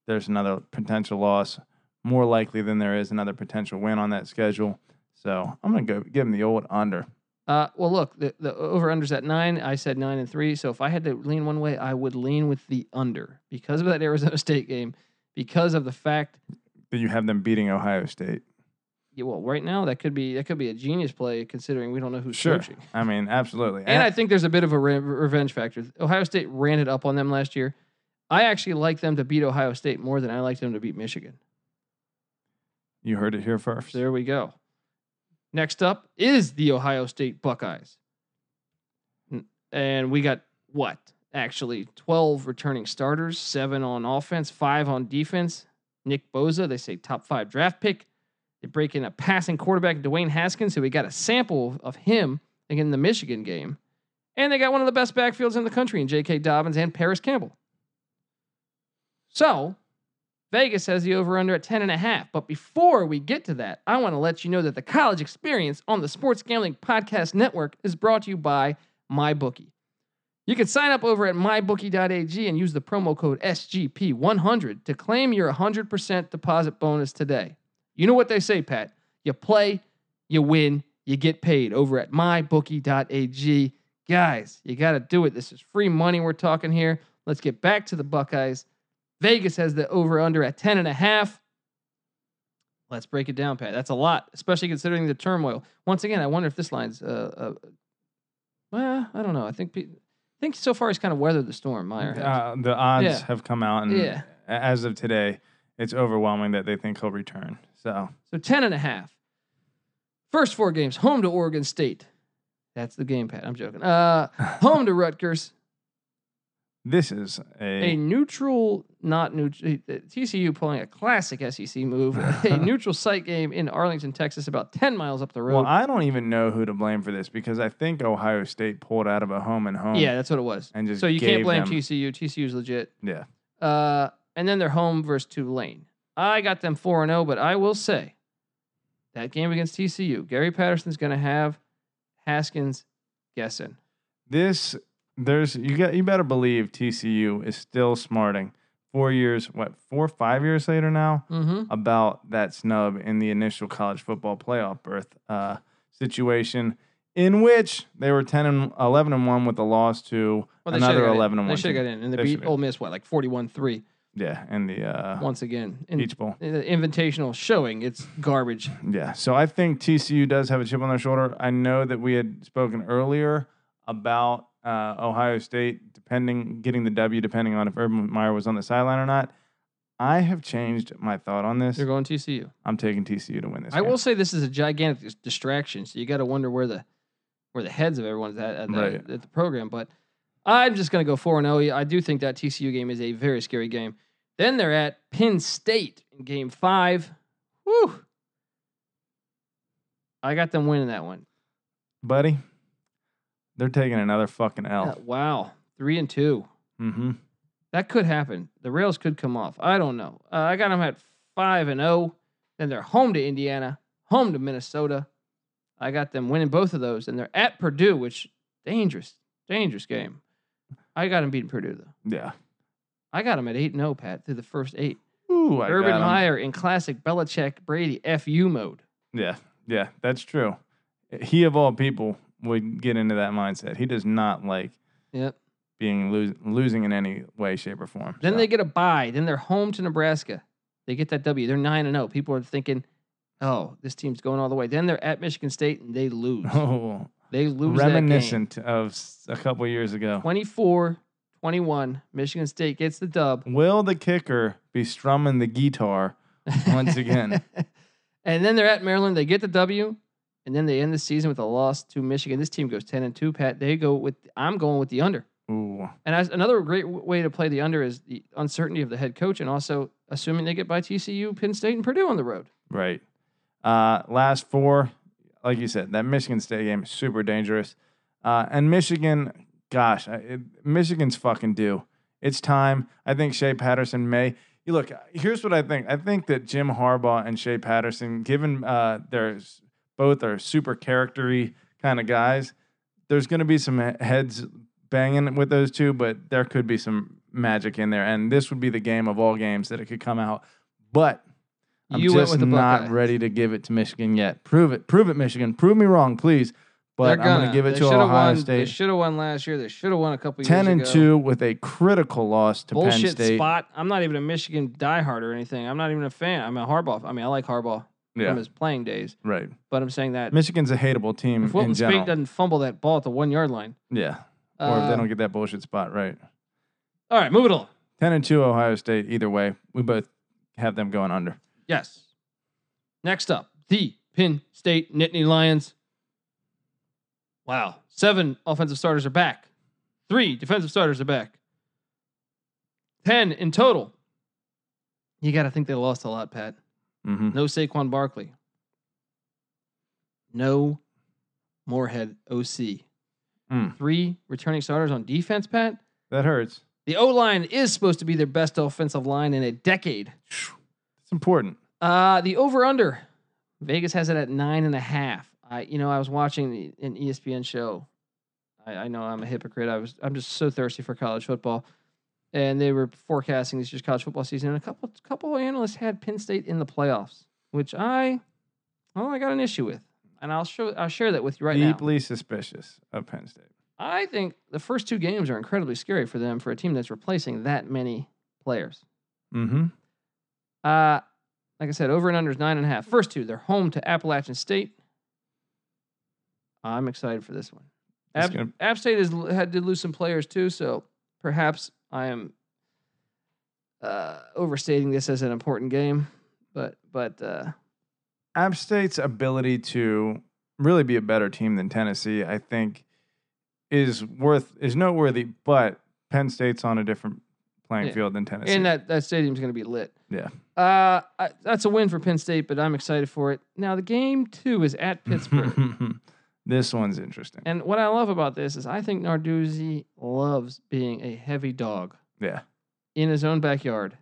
there's another potential loss more likely than there is another potential win on that schedule. So I'm gonna go give them the old under. Uh, well, look, the, the over under's at nine. I said nine and three. So if I had to lean one way, I would lean with the under because of that Arizona State game, because of the fact, That you have them beating Ohio State. yeah, well, right now that could be that could be a genius play considering we don't know who's Sure. coaching. I mean, absolutely. And I think there's a bit of a re- revenge factor. Ohio State ran it up on them last year. I actually like them to beat Ohio State more than I like them to beat Michigan. you heard it here first. There we go. Next up is the Ohio State Buckeyes. N- And we got what? Actually, 12 returning starters, seven on offense, five on defense. Nick Boza, they say top five draft pick. They break in a passing quarterback, Dwayne Haskins, who we got a sample of him again in the Michigan game. And they got one of the best backfields in the country in J.K. Dobbins and Paris Campbell. So Vegas has the over under at 10 and a half. But before we get to that, I want to let you know that the college experience on the Sports Gambling Podcast Network is brought to you by MyBookie. You can sign up over at mybookie.ag and use the promo code SGP100 to claim your 100% deposit bonus today. You know what they say, Pat. You play, you win, you get paid over at mybookie.ag. Guys, you got to do it. This is free money we're talking here. Let's get back to the Buckeyes. Vegas has the over under at 10 and a half. Let's break it down, Pat. That's a lot, especially considering the turmoil. Once again, I wonder if this line's uh, uh well, I don't know. I think pe- I think so far he's kind of weathered the storm, Meyer. has. Uh, the odds Yeah. have come out, and Yeah. a- as of today, it's overwhelming that they think he'll return. So So 10 and a half. First four games, home to Oregon State. That's the game, Pat. I'm joking. Uh, home to Rutgers, this is a a neutral, not neutral. TCU pulling a classic SEC move, a neutral site game in Arlington, Texas, about 10 miles up the road. well. I don't even know who to blame for this because I think Ohio State pulled out of a home and home. yeah, that's what it was. and just So you can't gave blame them- TCU. TCU's legit. yeah. Uh, and then they're home versus Tulane. I got them 4 and 0, but I will say that game against TCU, Gary Patterson's going to have Haskins guessing. This there's you got you better believe TCU is still smarting four years what four five years later now Mm-hmm. about that snub in the initial college football playoff berth uh, situation, in which they were 10 and 11 and 1 with a loss to Well, they should've another got in. 11 and They 1. should have got in, and they, They beat should've. Ole Miss what like forty-one three Yeah, in the uh, once again. In, Peach Bowl. in the invitational showing, it's garbage. Yeah, so I think TCU does have a chip on their shoulder. I know that we had spoken earlier about uh, Ohio State depending getting the W depending on if Urban Meyer was on the sideline or not. I have changed my thought on this. They're going TCU. I'm taking TCU to win this. I game. will say this is a gigantic dis- distraction, so you got to wonder where the where the heads of everyone's at at, the- Right. at the program. But I'm just going to go four and zero. I do think that TCU game is a very scary game. Then they're at Penn State in Game Five. Woo! I got them winning that one. buddy. They're taking another fucking L. Uh, wow, three and two. Mm-hmm. That could happen. The rails could come off. I don't know. Uh, I got them at five and zero. Then they're home to Indiana, home to Minnesota. I got them winning both of those, and they're at Purdue, which dangerous, dangerous game. I got them beating Purdue though. Yeah. oh, I got them at eight and zero, Pat, through the first eight. Ooh, Oh, I Urban got 'em. Meyer in classic Belichick Brady FU mode. Yeah, yeah, that's true. He of all people would get into that mindset. He does not like Yep. being lo- losing in any way, shape, or form. Then So, they get a bye. Then they're home to Nebraska. They get that W. They're nine and zero. People are thinking, oh, this team's going all the way. Then they're at Michigan State and they lose. oh, They lose. reminiscent of s- a couple years ago. 24 21. Michigan State gets the dub. Will the kicker be strumming the guitar once again? and then they're at Maryland. They get the W. And then they end the season with a loss to Michigan. This team goes 10 and 2, Pat. They go with, I'm going with the under. Ooh, And as, another great w- way to play the under is the uncertainty of the head coach and also assuming they get by TCU, Penn State, and Purdue on the road. right. Uh, last four, like you said, that Michigan State game is super dangerous. Uh, and Michigan, gosh, I, it, Michigan's fucking due. It's time. I think Shea Patterson may. You look, here's what I think. I think that Jim Harbaugh and Shea Patterson, given uh, their s- both are super charactery kind of guys, there's going to be some he- heads banging with those two, but there could be some magic in there. And this would be the game of all games that it could come out. But I'm You went just with the not Buckeyes. ready to give it to Michigan yet. Prove it. Prove it, Michigan. Prove me wrong, please. But I'm going to give it They to shoulda Ohio won, They State. should have won last year. They should have won a couple years 10 and ago. 2 with a critical loss to Penn Bullshit State. spot. I'm not even a Michigan diehard or anything. I'm not even a fan. I'm a Harbaugh. I mean, I like Harbaugh from Yeah, his playing days, right. but I'm saying that Michigan's a hateable team if in Wilton Spink general. doesn't fumble that ball at the one yard line, yeah. Or if uh, they don't get that bullshit spot right. all right, move it along. 10 and 2 Ohio State either way. We both have them going under. Yes. Next up, the Penn State Nittany Lions. Wow. Seven offensive starters are back. Three defensive starters are back. Ten in total. You got to think they lost a lot, Pat. hmm No Saquon Barkley. No Moorhead OC. Mm. Three returning starters on defense, Pat. That hurts. The O line is supposed to be their best offensive line in a decade. It's important. Uh, the over under. Vegas has it at nine and a half. I, you know, I was watching the- an E ESPN show. I, I know I'm a hypocrite. I was, I'm just so thirsty for college football, and they were forecasting this year's college football season. And a couple, couple analysts had Penn State in the playoffs, which I, well, I got an issue with, and I'll show, I'll share that with you right now. Deeply suspicious of Penn State. I think the first two games are incredibly scary for them for a team that's replacing that many players. Mm-hmm. Uh, like I said, over and under is nine and a half. First two, they're home to Appalachian State. I'm excited for this one. It's App, gonna- App State has l- had to lose some players too, so perhaps I am uh, overstating this as an important game. But but uh, App State's ability to really be a better team than Tennessee, I think, is worth is noteworthy. But Penn State's on a different playing Yeah. field than Tennessee. and that that stadium's going to be lit. yeah, Uh, I, that's a win for Penn State, but I'm excited for it. Now the game two is at Pittsburgh. this one's interesting. And what I love about this is I think Narduzzi loves being a heavy dog yeah, in his own backyard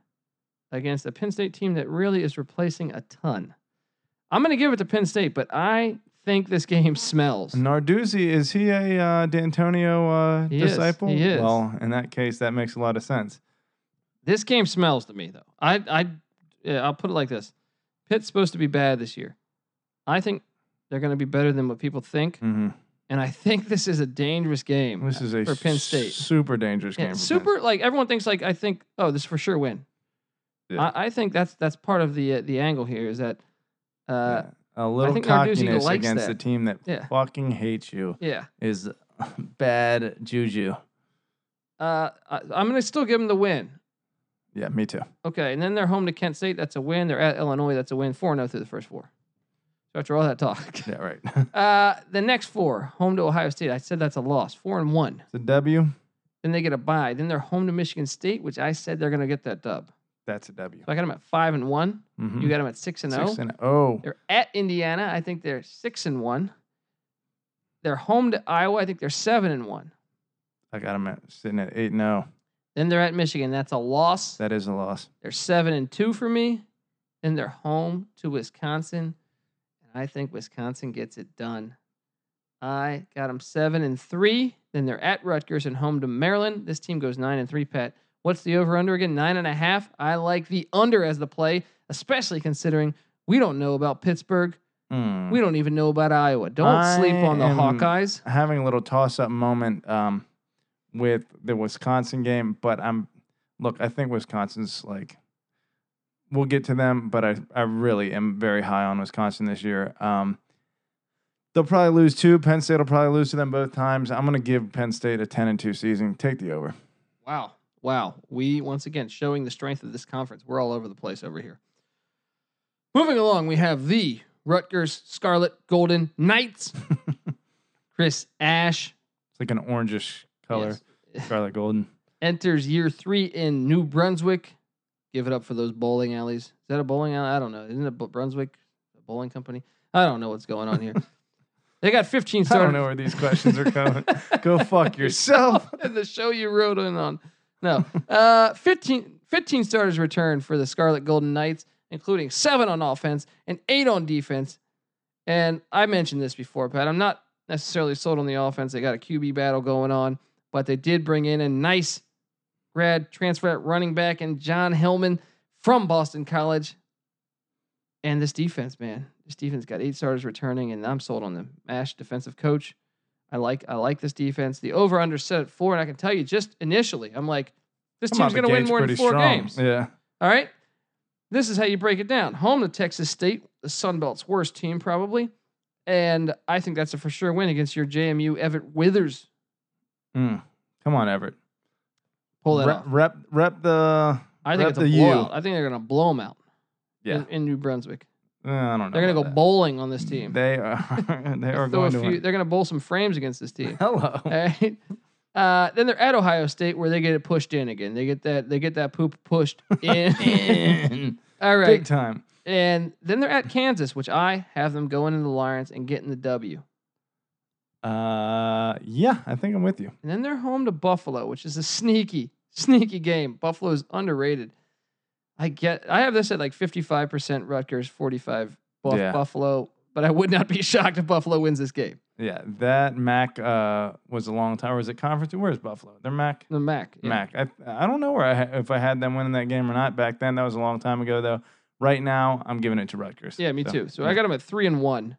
against a Penn State team that really is replacing a ton. I'm going to give it to Penn State, but I think this game smells. Narduzzi is he a uh, D'Antonio uh, He is, disciple? he is. Well, in that case, that makes a lot of sense. This game smells to me, though. I, I, yeah, I'll put it like this: Pitt's supposed to be bad this year. I think they're going to be better than what people think, hmm and I think this is a dangerous game. This is a For Penn State. super dangerous Yeah, game. for Penn super. Like everyone thinks, like I think, oh, this for sure win. Yeah. I, I think that's that's part of the uh, the angle here is that, uh, Yeah. a little think Narduzzi cockiness likes against that. the team that Yeah. fucking hates you yeah. is bad juju. Uh, I, I'm going to still give them the win. Yeah, me too. Okay, and then they're home to Kent State. That's a win. They're at Illinois. That's a win. Four zero through the first four. So after all that talk, Yeah, right. uh, the next four home to Ohio State. I said that's a loss. Four and one. the W, Then they get a bye. Then they're home to Michigan State, which I said they're going to get that dub. that's a W. So I got them at five and one. Mhm. You got them at six and zero. Six and oh. They're at Indiana. I think they're six and one. They're home to Iowa. I think they're seven and one. I got him at sitting at eight and oh. Then they're at Michigan. That's a loss. That is a loss. They're seven and two for me. Then they're home to Wisconsin. And I think Wisconsin gets it done. I got them seven and three. Then they're at Rutgers and home to Maryland. This team goes nine and three, Pat. What's the over under again? Nine and a half. I like the under as the play, especially considering we don't know about Pittsburgh. Hmm. We don't even know about Iowa. Don't sleep on the I am- Hawkeyes. having a little toss up moment um, with the Wisconsin game, but I'm look, I think Wisconsin's like we'll get to them, but I, I really am very high on Wisconsin this year. Um, they'll probably lose two. Penn State will probably lose to them both times. I'm gonna give Penn State a ten and two season. Take the over. Wow. Wow. We once again showing the strength of this conference. We're all over the place over here. Moving along, we have the Rutgers Scarlet Golden Knights. Chris Ash It's like an orangish color, yes, scarlet golden. enters year three in New Brunswick. Give it up for those bowling alleys. Is that a bowling alley? I don't know. Isn't it Bu- Brunswick a bowling company? I don't know what's going on here. they got 15 I starters. don't know where these questions are coming. Go fuck yourself. and the show you wrote in on. No. Uh, 15, 15 starters return for the Scarlet Golden Knights, including seven on offense and eight on defense. And I mentioned this before, Pat. I'm not necessarily sold on the offense. They got a QB battle going on, but they did bring in a nice grad transfer at running back and John Hillman from Boston College. And this defense, man, this defense got eight starters returning, and I'm sold on them. Ash, defensive coach, I like I like this defense. The over under set at four, and I can tell you just initially, I'm like, this I'm out team's going the to win gates more than pretty four strong. games. Yeah. All right. This is how you break it down. Home to Texas State, the Sun Belt's worst team probably, and I think that's a for sure win against your JMU Everett Withers. Mm. Come on, Everett. Pull that rep, off. rep rep the I rep think it's a the U. blowout. I think they're going to blow them out. yeah. in, in New Brunswick. Uh, I don't know. They're going to go about that. bowling on this team. They are. they are Throw a going to. few- win. they're going to bowl some frames against this team. Hello. All right. Uh, then they're at Ohio State where they get it pushed in again. They get that they get that poop pushed in. All Big right. time. And then they're at Kansas, which I have them going into the Lions and getting the W. Uh, yeah, I think I'm with you. And then they're home to Buffalo, which is a sneaky, sneaky game. Buffalo is underrated. I get I have this at like 55% Rutgers, 45 Buff- Yeah. Buffalo, but I would not be shocked if Buffalo wins this game. Yeah, that Mac uh was a long time. Was it conference? Where's Buffalo? They're Mac. The Mac. yeah. Mac. I I don't know where I ha- if I had them winning that game or not back then. That was a long time ago though. Right now, I'm giving it to Rutgers. Yeah, me too. So I yeah. got them at three and one.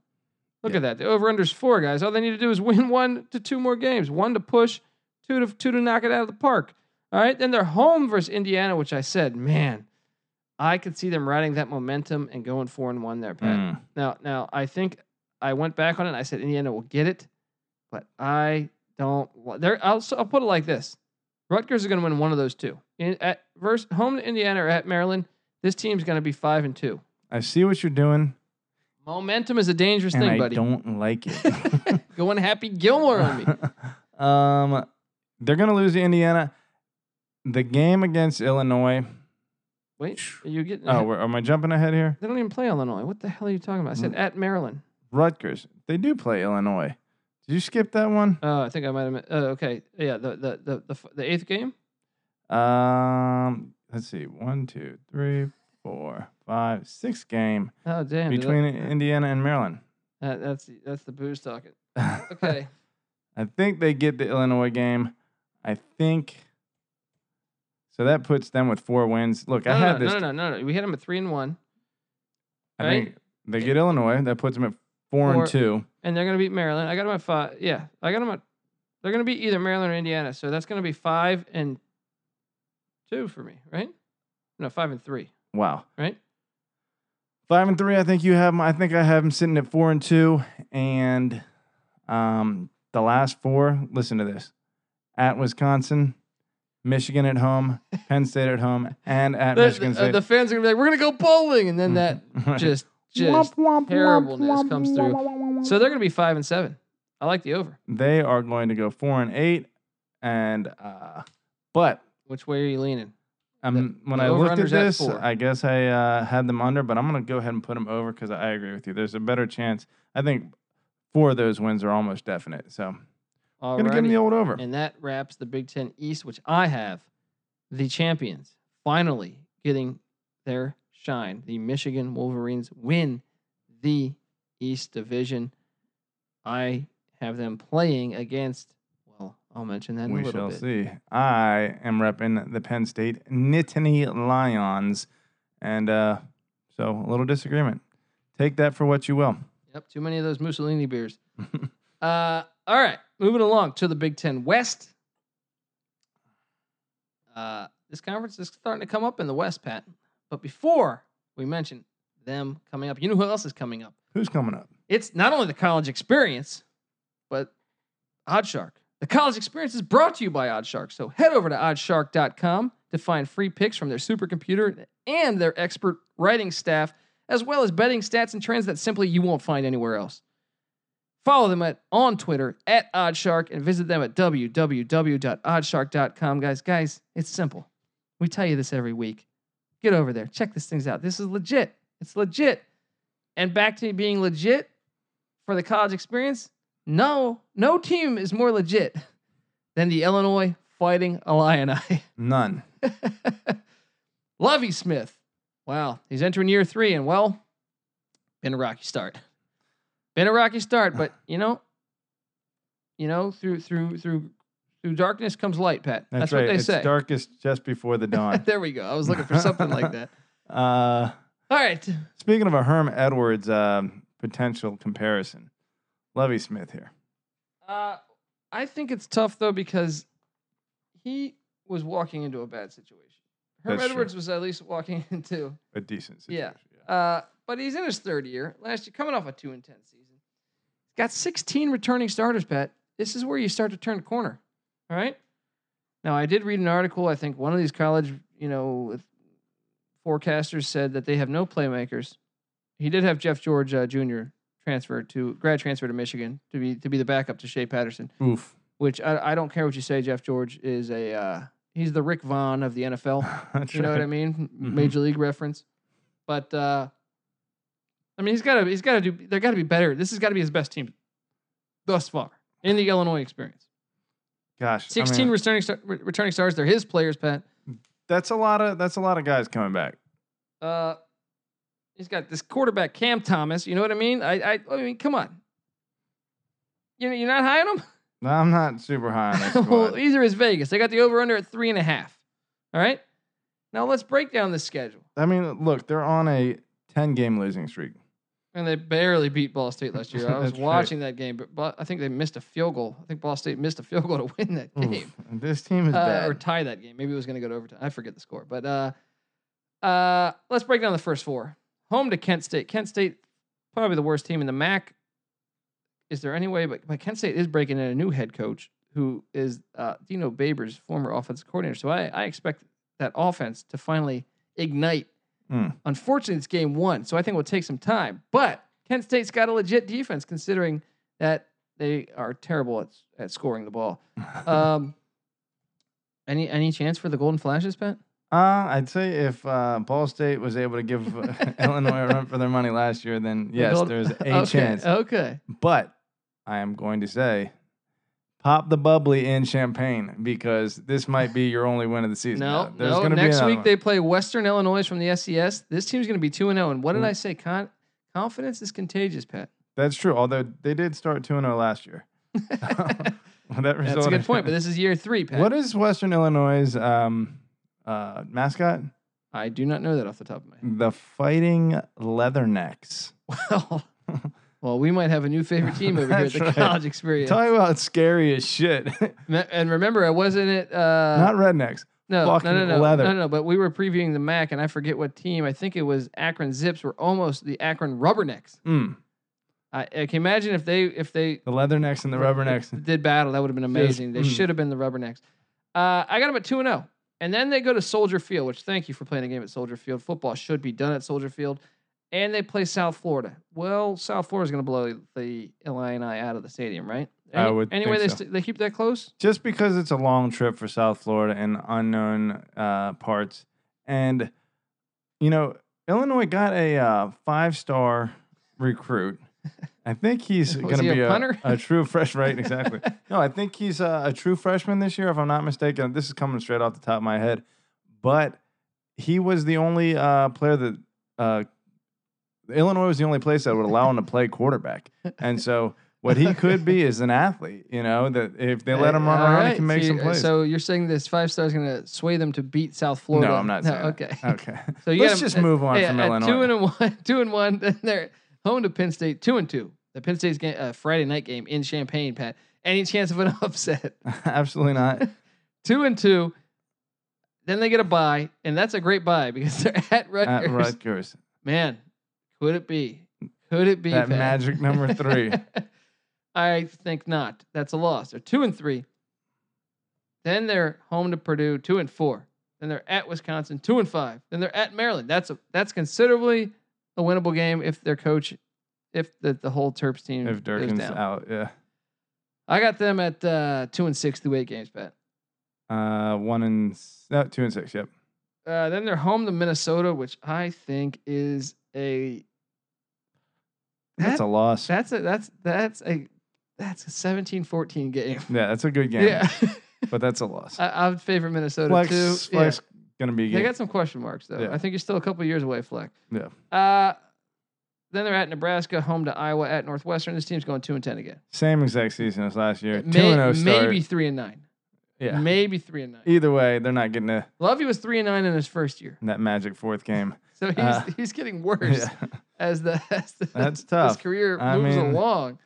Look Yeah. at that. The over under's four guys. All they need to do is win one to two more games. One to push, two to two to knock it out of the park. All right. Then they're home versus Indiana, which I said, man, I could see them riding that momentum and going four and one there, Pat. Mm. Now, now I think I went back on it. and I said Indiana will get it, but I don't. wa- There, I'll, s- I'll put it like this: Rutgers is going to win one of those two. In, at versus home to Indiana or at Maryland, this team's going to be five and two. I see what you're doing, Momentum is a dangerous and thing, I buddy. don't like it. Going Happy Gilmore on me. um, they're gonna lose to Indiana. The game against Illinois. Wait, are you getting? Oh, where, am I jumping ahead here? they don't even play Illinois. What the hell are you talking about? I Mm. said at Maryland. Rutgers. They do play Illinois. Did you skip that one? Oh, I think I might have. mi- Oh, okay. Yeah, the the the the, f- the eighth game. Um, let's see. One, two, three, four, five, six game Oh damn. did I- between Indiana and Maryland. that, that's the- that's the booze talking. Okay. I think they get the Illinois game. I think. So that puts them with four wins. Look, No, I no, had no, this. no, no, no, no. We had them at three and one, I think they get Illinois. That puts them at four, Four. and two. and they're gonna beat Maryland. I got them at five. Yeah, I got them at. They're gonna beat either Maryland or Indiana. So that's gonna be five and two for me, right? No, five and three, Wow. right? Five and three. I think you have them. I think I have them sitting at four and two. And um, the last four. Listen to this: at Wisconsin, Michigan at home, Penn State at home, and at The, Michigan the- uh, State. Mm-hmm. the fans are gonna be like, "We're gonna go bowling," and then that just just terribleness comes through. So they're going to be five and seven. I like the over. they are going to go four and eight. And uh, but Which way are you leaning? um, when the I looked at over-under's at this, four. I guess I uh, had them under, but I'm going to go ahead and put them over because I agree with you. There's a better chance. I think four of those wins are almost definite. So I'm going to give them the Alrighty. old over. and that wraps the Big Ten East, which I have the champions finally getting their shine. The Michigan Wolverines win the East Division. I have them playing against, well, I'll mention that in a We little shall bit. see. I am repping the Penn State Nittany Lions. And uh, so a little disagreement. Take that for what you will. Yep, too many of those Mussolini beers. uh, all right, moving along to the Big Ten West. Uh, this conference is starting to come up in the West, Pat. But before we mention them coming up, you know who else is coming up? Who's coming up? It's not only the college experience, but Odd Shark. The college experience is brought to you by Odd Shark. So head over to oddshark.com to find free picks from their supercomputer and their expert writing staff, as well as betting stats and trends that simply you won't find anywhere else. Follow them at on Twitter at Oddshark and visit them at www.oddshark.com. Guys, guys, it's simple. We tell you this every week. Get over there. Check these things out. This is legit. It's legit. And back to being legit for the college experience. No, no team is more legit than the Illinois Fighting Illini. None. Lovey Smith. Wow, he's entering year three, and well, been a rocky start. Been a rocky start, but you know, you know, through through through through darkness comes light, Pat. That's, That's, what right. they it's say. darkest just before the dawn. there we go. I was looking for something like that. uh, All right, speaking of a Herm Edwards um, potential comparison, Levy Smith here. uh, I think it's tough though because he was walking into a bad situation. Herm That's true. Edwards was at least walking into A decent Yeah. situation. Yeah. Uh, but he's in his third year. Last year, coming off a two and ten season, got 16 returning starters. Pat, this is where you start to turn the corner. All right. Now, I did read an article. I think one of these college, you know, forecasters said that they have no playmakers. He did have Jeff George uh, Jr. transferred to grad transfer to Michigan to be to be the backup to Shea Patterson Oof. which I, I don't care what you say. Jeff George is a uh, he's the Rick Vaughn of the NFL. That's you know right. Mm-hmm. what I mean? Major League reference. But uh, I mean, he's got to he's got to do. They got to be better. This has got to be his best team thus far in the Illinois experience. Gosh. I Sixteen mean, returning star, re- returning stars. They're his players, Pat. that's a lot of that's a lot of guys coming back. Uh, he's got this quarterback Cam Thomas. You know what I mean? I I, I mean, come on. You you're not high on him. No, I'm not super high on this well, squad. either is Vegas. They got the over under at three and a half. All right. Now let's break down the schedule. I mean, look, they're on a 10 game losing streak. And they barely beat Ball State last year. I was That's right. watching that game, but, but I think they missed a field goal. I think Ball State missed a field goal to win that Oof. game And This team is uh, bad. or tie that game. Maybe it was going to go to overtime. I forget the score. But uh, uh, let's break down the first four. Home to Kent State. Kent State probably the worst team in the MAC. Is there any way? But, but Kent State is breaking in a new head coach who is uh, Dino Babers, former offensive coordinator. So I, I expect that offense to finally ignite. Hmm. Unfortunately, it's game one, so I think it will take some time. But Kent State's got a legit defense considering that they are terrible at, at scoring the ball. Um, any any chance for the Golden Flashes, Pat? Uh, I'd say if uh, Ball State was able to give uh, Illinois a run for their money last year, then yes, gold- there's a okay, chance. Okay. But I am going to say, pop the bubbly in champagne because this might be your only win of the season. No, There's no. gonna be uh, Next another week one. they play Western Illinois from the SCS. This team's going to be two and zero. And what did Mm. I say? Con- confidence is contagious, Pat. That's true. Although they did start two and zero last year. that That's a good point. But this is year three, Pat. what is Western Illinois' um, uh, mascot? I do not know that off the top of my head. The Fighting Leathernecks. Well, well, we might have a new favorite team over here at That's the right. college experience. Talk about scary as shit. Me- And remember, I wasn't it. Uh, Not rednecks. No, no, no, fucking no, leather. no, no, no. But we were previewing the MAC, and I forget what team. I think it was Akron Zips. Were almost the Akron Rubbernecks. Mm, I, I can imagine if they if they the Leathernecks and the Rubbernecks. did battle, that would have been amazing. they mm. should have been the Rubbernecks. Uh, I got them at two and zero, and then they go to Soldier Field. Which thank you for playing the game at Soldier Field. Football should be done at Soldier Field, and they play South Florida. Well, South Florida is going to blow the Illini out of the stadium, right? I would Anyway, think they so. st- they keep that close. Just because it's a long trip for South Florida and unknown uh, parts. And, you know, Illinois got a uh, five star recruit. I think he's Was going to he a be punter? a true freshman. Right, exactly. no, I think he's a, a true freshman this year, if I'm not mistaken. This is coming straight off the top of my head. But he was the only uh, player that uh, Illinois was the only place that would allow him to play quarterback. And so what he could be is an athlete. You know that if they let him run All around, right, he can make so some you- plays. So you're saying this five star is going to sway them to beat South Florida? no, I'm not saying. that. okay. Okay. So you Let's got 'em just at- move on yeah, from at Illinois. Two and a one, two and one. Then they're home to Penn State. Two and two. The Penn State's game, uh, Friday night game in Champaign. Pat, any chance of an upset? Absolutely not. Two and two. Then they get a bye, and that's a great bye because they're at Rutgers. At Rutgers, Man, could it be? Could it be that Pat? magic number three. I think not. That's a loss. They're two and three. Then they're home to Purdue, two and four. Then they're at Wisconsin, two and five. Then they're at Maryland. That's a that's considerably a winnable game if their coach, if the, the whole Terps team if goes Durkin's down. out, yeah. I got them at uh, two and six through eight games, Pat. Uh, one and s- no, two and six. Yep. Uh, then they're home to Minnesota, which I think is a That's That- a loss. that's a that's that's a that's a 17-14 game. yeah, that's a good game, Yeah. but that's a loss. I, I would favor Minnesota Flex, too. Yeah. Flex gonna be a They game. got some question marks though. Yeah. I think you're still a couple years away, Fleck. Yeah. Uh, then they're at Nebraska, home to Iowa, at Northwestern. This team's going two and ten again. Same exact season as last year. May- two and zero start. maybe three and nine. Yeah. Maybe three and nine. Either way, they're not getting a, Lovey was three and nine in his first year, that magic fourth game. so he's Uh, he's getting worse Yeah. as the as the, That's his tough. career I moves mean- along.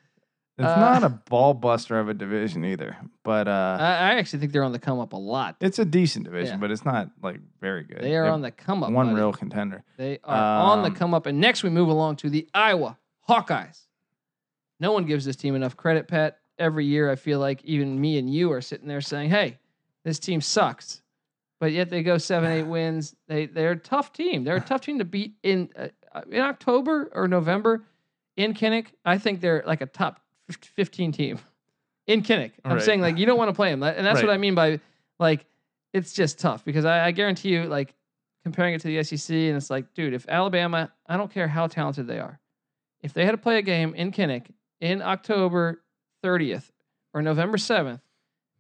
It's Uh, not a ball buster of a division either, but uh, I, I actually think they're on the come up a lot. it's a decent division, yeah. but it's not like very good. They are They're on the come up. one buddy. real contender. They are on the Um, come up. And next we move along to the Iowa Hawkeyes. No one gives this team enough credit, Pat. Every year I feel like even me and you are sitting there saying, Hey, this team sucks. But yet they go seven, eight wins. They they're a tough team. They're a tough team to beat in uh, uh, in October or November in Kinnick. I think they're like a top fif- fifteen team in Kinnick. I'm Right. saying like you don't want to play them, and that's what Right. I mean by like it's just tough because I, I guarantee you like comparing it to the SEC, and it's like, dude, if Alabama, I don't care how talented they are, if they had to play a game in Kinnick in October 30th or November 7th,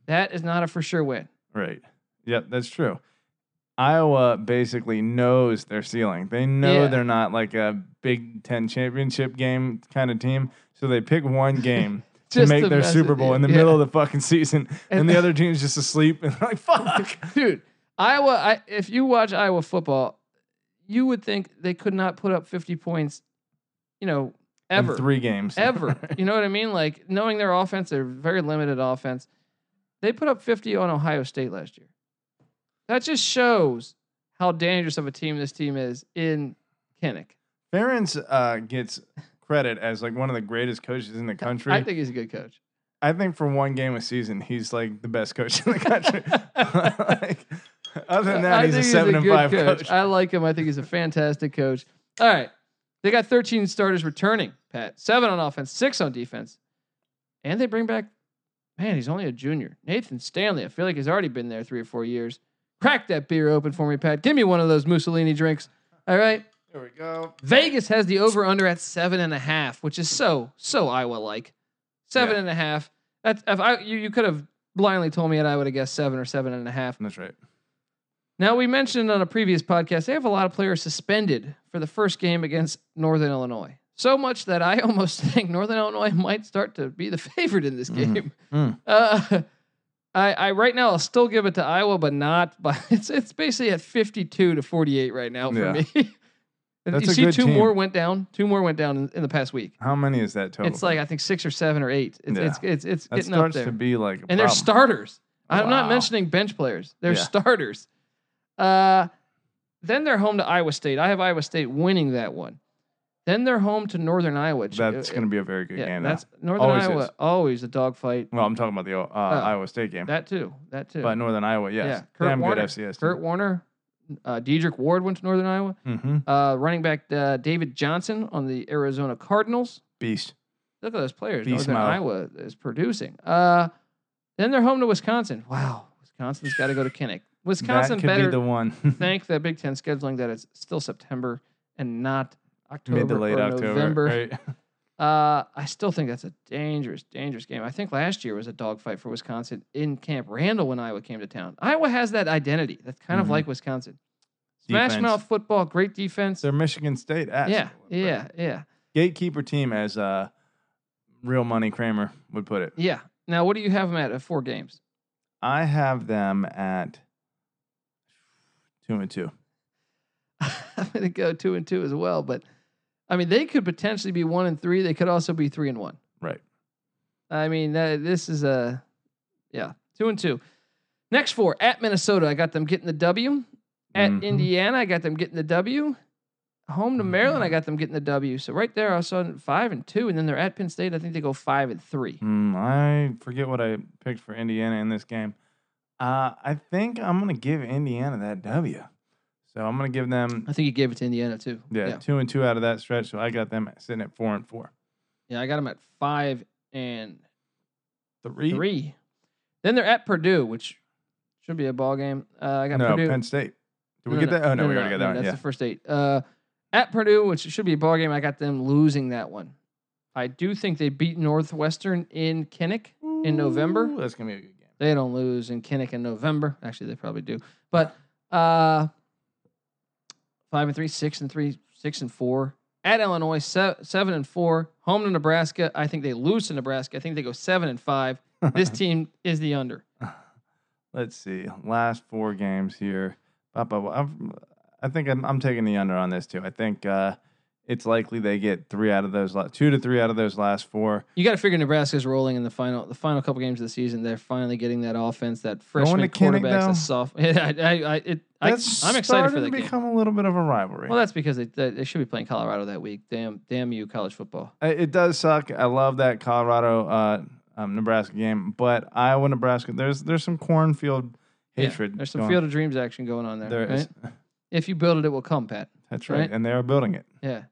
that is not a for sure win. Right. Yep, that's true. Iowa basically knows their ceiling. They know Yeah. they're not like a Big Ten championship game kind of team. So they pick one game to Just make to their mess Super with Bowl you. in the Yeah. middle of the fucking season. And, And- the other team's just asleep and like, fuck. Dude, Iowa, I, if you watch Iowa football, you would think they could not put up 50 points, you know, In ever. three games. ever. You know what I mean? Like knowing their offense, their very limited offense, they put up 50 on Ohio State last year. That just shows how dangerous of a team this team is in Kinnick. Ferentz uh, gets credit as like one of the greatest coaches in the country. I think he's a good coach. I think for one game a season, he's like the best coach in the country. Like, other than that, I he's a think seven and good five coach. I like him. I think he's a fantastic coach. All right. They got 13 starters returning, Pat. Seven on offense, six on defense. And they bring back, man, he's only a junior. Nathan Stanley. I feel like he's already been there three or four years. Crack that beer open for me, Pat. Give me one of those Mussolini drinks. All right. There we go. Vegas has the over under at seven and a half, which is so so Iowa like. Seven Yeah. and a half. That's if I you, you could have blindly told me and I would have guessed seven or seven and a half. That's right. Now we mentioned on a previous podcast they have a lot of players suspended for the first game against Northern Illinois. So much that I almost think Northern Illinois might start to be the favorite in this Mhm. game. Mm. Uh, I, I right now I'll still give it to Iowa, but not. But it's it's basically at fifty two to forty eight right now for Yeah. me. That's you a see, good two team. more went down. Two more went down in, in the past week. How many is that total? It's like I think six or seven or eight. It's Yeah. it's it's, it's that getting up starts there to be like, a and they're problem. starters. I'm not Wow. mentioning bench players. They're Yeah. starters. Uh, then they're home to Iowa State. I have Iowa State winning that one. Then they're home to Northern Iowa. which- uh, That's going to be a very good yeah, game. That's That's Northern Always Iowa. is. Always a dogfight. well, I'm talking about the uh, Iowa State game, That too. That too. but Northern Iowa, yes, yeah, Kurt damn Warner. good FCS. Kurt Warner, uh, Dedrick Ward went to Northern Iowa. hmm Uh, running back uh, David Johnson on the Arizona Cardinals. Beast. Look at those players. Beast Northern mode. Iowa is producing. Uh, then they're home to Wisconsin. Wow, Wisconsin's got to go to Kinnick. Wisconsin that could better be the one. thank the Big Ten scheduling that it's still September and not October Mid to late or October. November. Right? Uh, I still think that's a dangerous, dangerous game. I think last year was a dogfight for Wisconsin in Camp Randall when Iowa came to town. Iowa has that identity. That's kind of Mhm. like Wisconsin. Smash Defense. mouth football, great defense. They're Michigan State. yeah, actually. yeah, yeah. Gatekeeper team as uh, real money Kramer would put it. Yeah. Now, what do you have them at at four games? I have them at two and two. I'm going to go two and two as well. But I mean, they could potentially be one and three. They could also be three and one. Right. I mean, that, this is a, yeah, two and two. Next four at Minnesota, I got them getting the W. At Mhm. Indiana, I got them getting the W. Home to Maryland, Mm-hmm. I got them getting the W. So right there, I saw five and two, and then they're at Penn State. I think they go five and three. Mm, I forget what I picked for Indiana in this game. Uh, I think I'm gonna give Indiana that W. So I'm gonna give them I think you gave it to Indiana too. yeah, yeah, two and two out of that stretch. So I got them sitting at four and four. Yeah, I got them at five and Three, three. Then they're at Purdue, which should be a ball game. Uh, I got no Purdue. Penn State. Did we No, get that? Oh no, no, we no, already got no, that one. That's Yeah. the first eight. Uh, at Purdue, which should be a ball game, I got them losing that one. I do think they beat Northwestern in Kinnick. in November. Ooh, that's gonna be a good game. They don't lose in Kinnick in November. Actually, they probably do. But uh, five and three, six and three, six and four. At Illinois, se- seven and four. Home to Nebraska. I think they lose to Nebraska. I think they go seven and five. This team is the under. Let's see. Last four games here. Ba, ba, ba. I'm, I think I'm, I'm taking the under on this too. I think uh, it's likely they get three out of those, la- two to three out of those last four. You got to figure Nebraska's rolling in the final, the final couple games of the season. They're finally getting that offense, that freshman to Kinnick, quarterback, though? that soft. I, I, I, it, I, That's I'm excited for starting that to game. become a little bit of a rivalry. Well, that's because they, they, they should be playing Colorado that week. Damn, damn you, college football. Uh, it does suck. I love that Colorado uh, um, Nebraska game, but Iowa Nebraska. There's there's some cornfield Yeah, hatred. there's some going- Field of Dreams action going on there. There right? is. If you build it, it will come, Pat. That's right. Right? and they are building it. Yeah.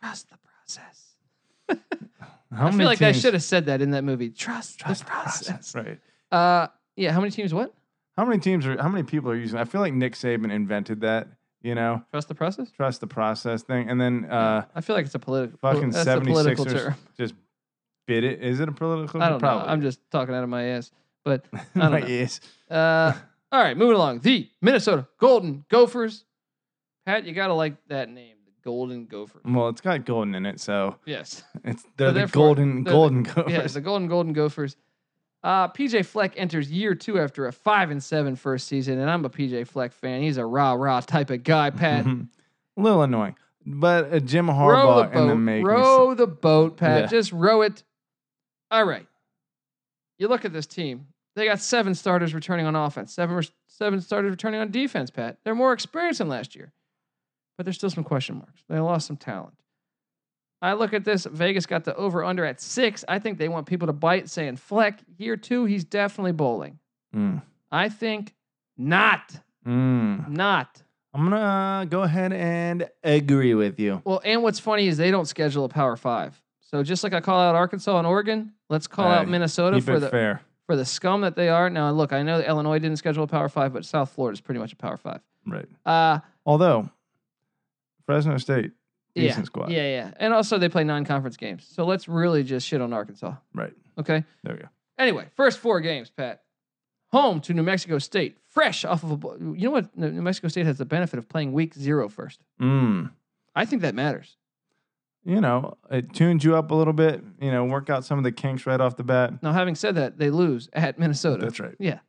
Trust the process. How I many feel like I teams- should have said that in that movie. Trust, Trust the process. Right. Uh, yeah. How many teams? What? How many teams are? How many people are using? I feel like Nick Saban invented that. You know, Trust the process. trust the process thing, and then uh, I feel like it's a political. fucking that's a 76ers political term. just bid it. Is it a political? I don't know. Probably. I'm just talking out of my ass. But I My don't know. ears. Uh, all right, moving along. The Minnesota Golden Gophers. Pat, you gotta like that name, the Golden Gophers. Well, it's got golden in it, so Yes, it's they're the therefore, golden they're the- golden yes, gophers. the Golden Golden Gophers. Uh, PJ Fleck enters year two after a five and seven first season, and I'm a PJ Fleck fan. He's a rah rah type of guy, Pat. Mhm. a little annoying, but uh, Jim row the Harbaugh in the boat, making. row the boat, Pat. Yeah. Just row it. All right. You look at this team. They got seven starters returning on offense, seven res- seven starters returning on defense. Pat, they're more experienced than last year, but there's still some question marks. They lost some talent. I look at this. Vegas got the over under at six. I think they want people to bite, saying Fleck year two, he's definitely bowling. Mm. I think not, Mm. not. I'm gonna uh, go ahead and agree with you. Well, and what's funny is they don't schedule a Power Five. So just like I call out Arkansas and Oregon, let's call Hey, out Minnesota Keep for it the fair. for the scum that they are. Now, look, I know that Illinois didn't schedule a Power Five, but South Florida is pretty much a Power Five. Right. Uh, Although Fresno State, yeah, decent squad. yeah, yeah, and also they play non-conference games. So let's really just shit on Arkansas. Right. Okay. There we go. Anyway, first four games, Pat. Home to New Mexico State, fresh off of a. bo- You know what? New Mexico State has the benefit of playing week zero first. Mm. I think that matters. you know, it tunes you up a little bit, you know, work out some of the kinks right off the bat. Now, having said that, they lose at Minnesota. That's right. Yeah.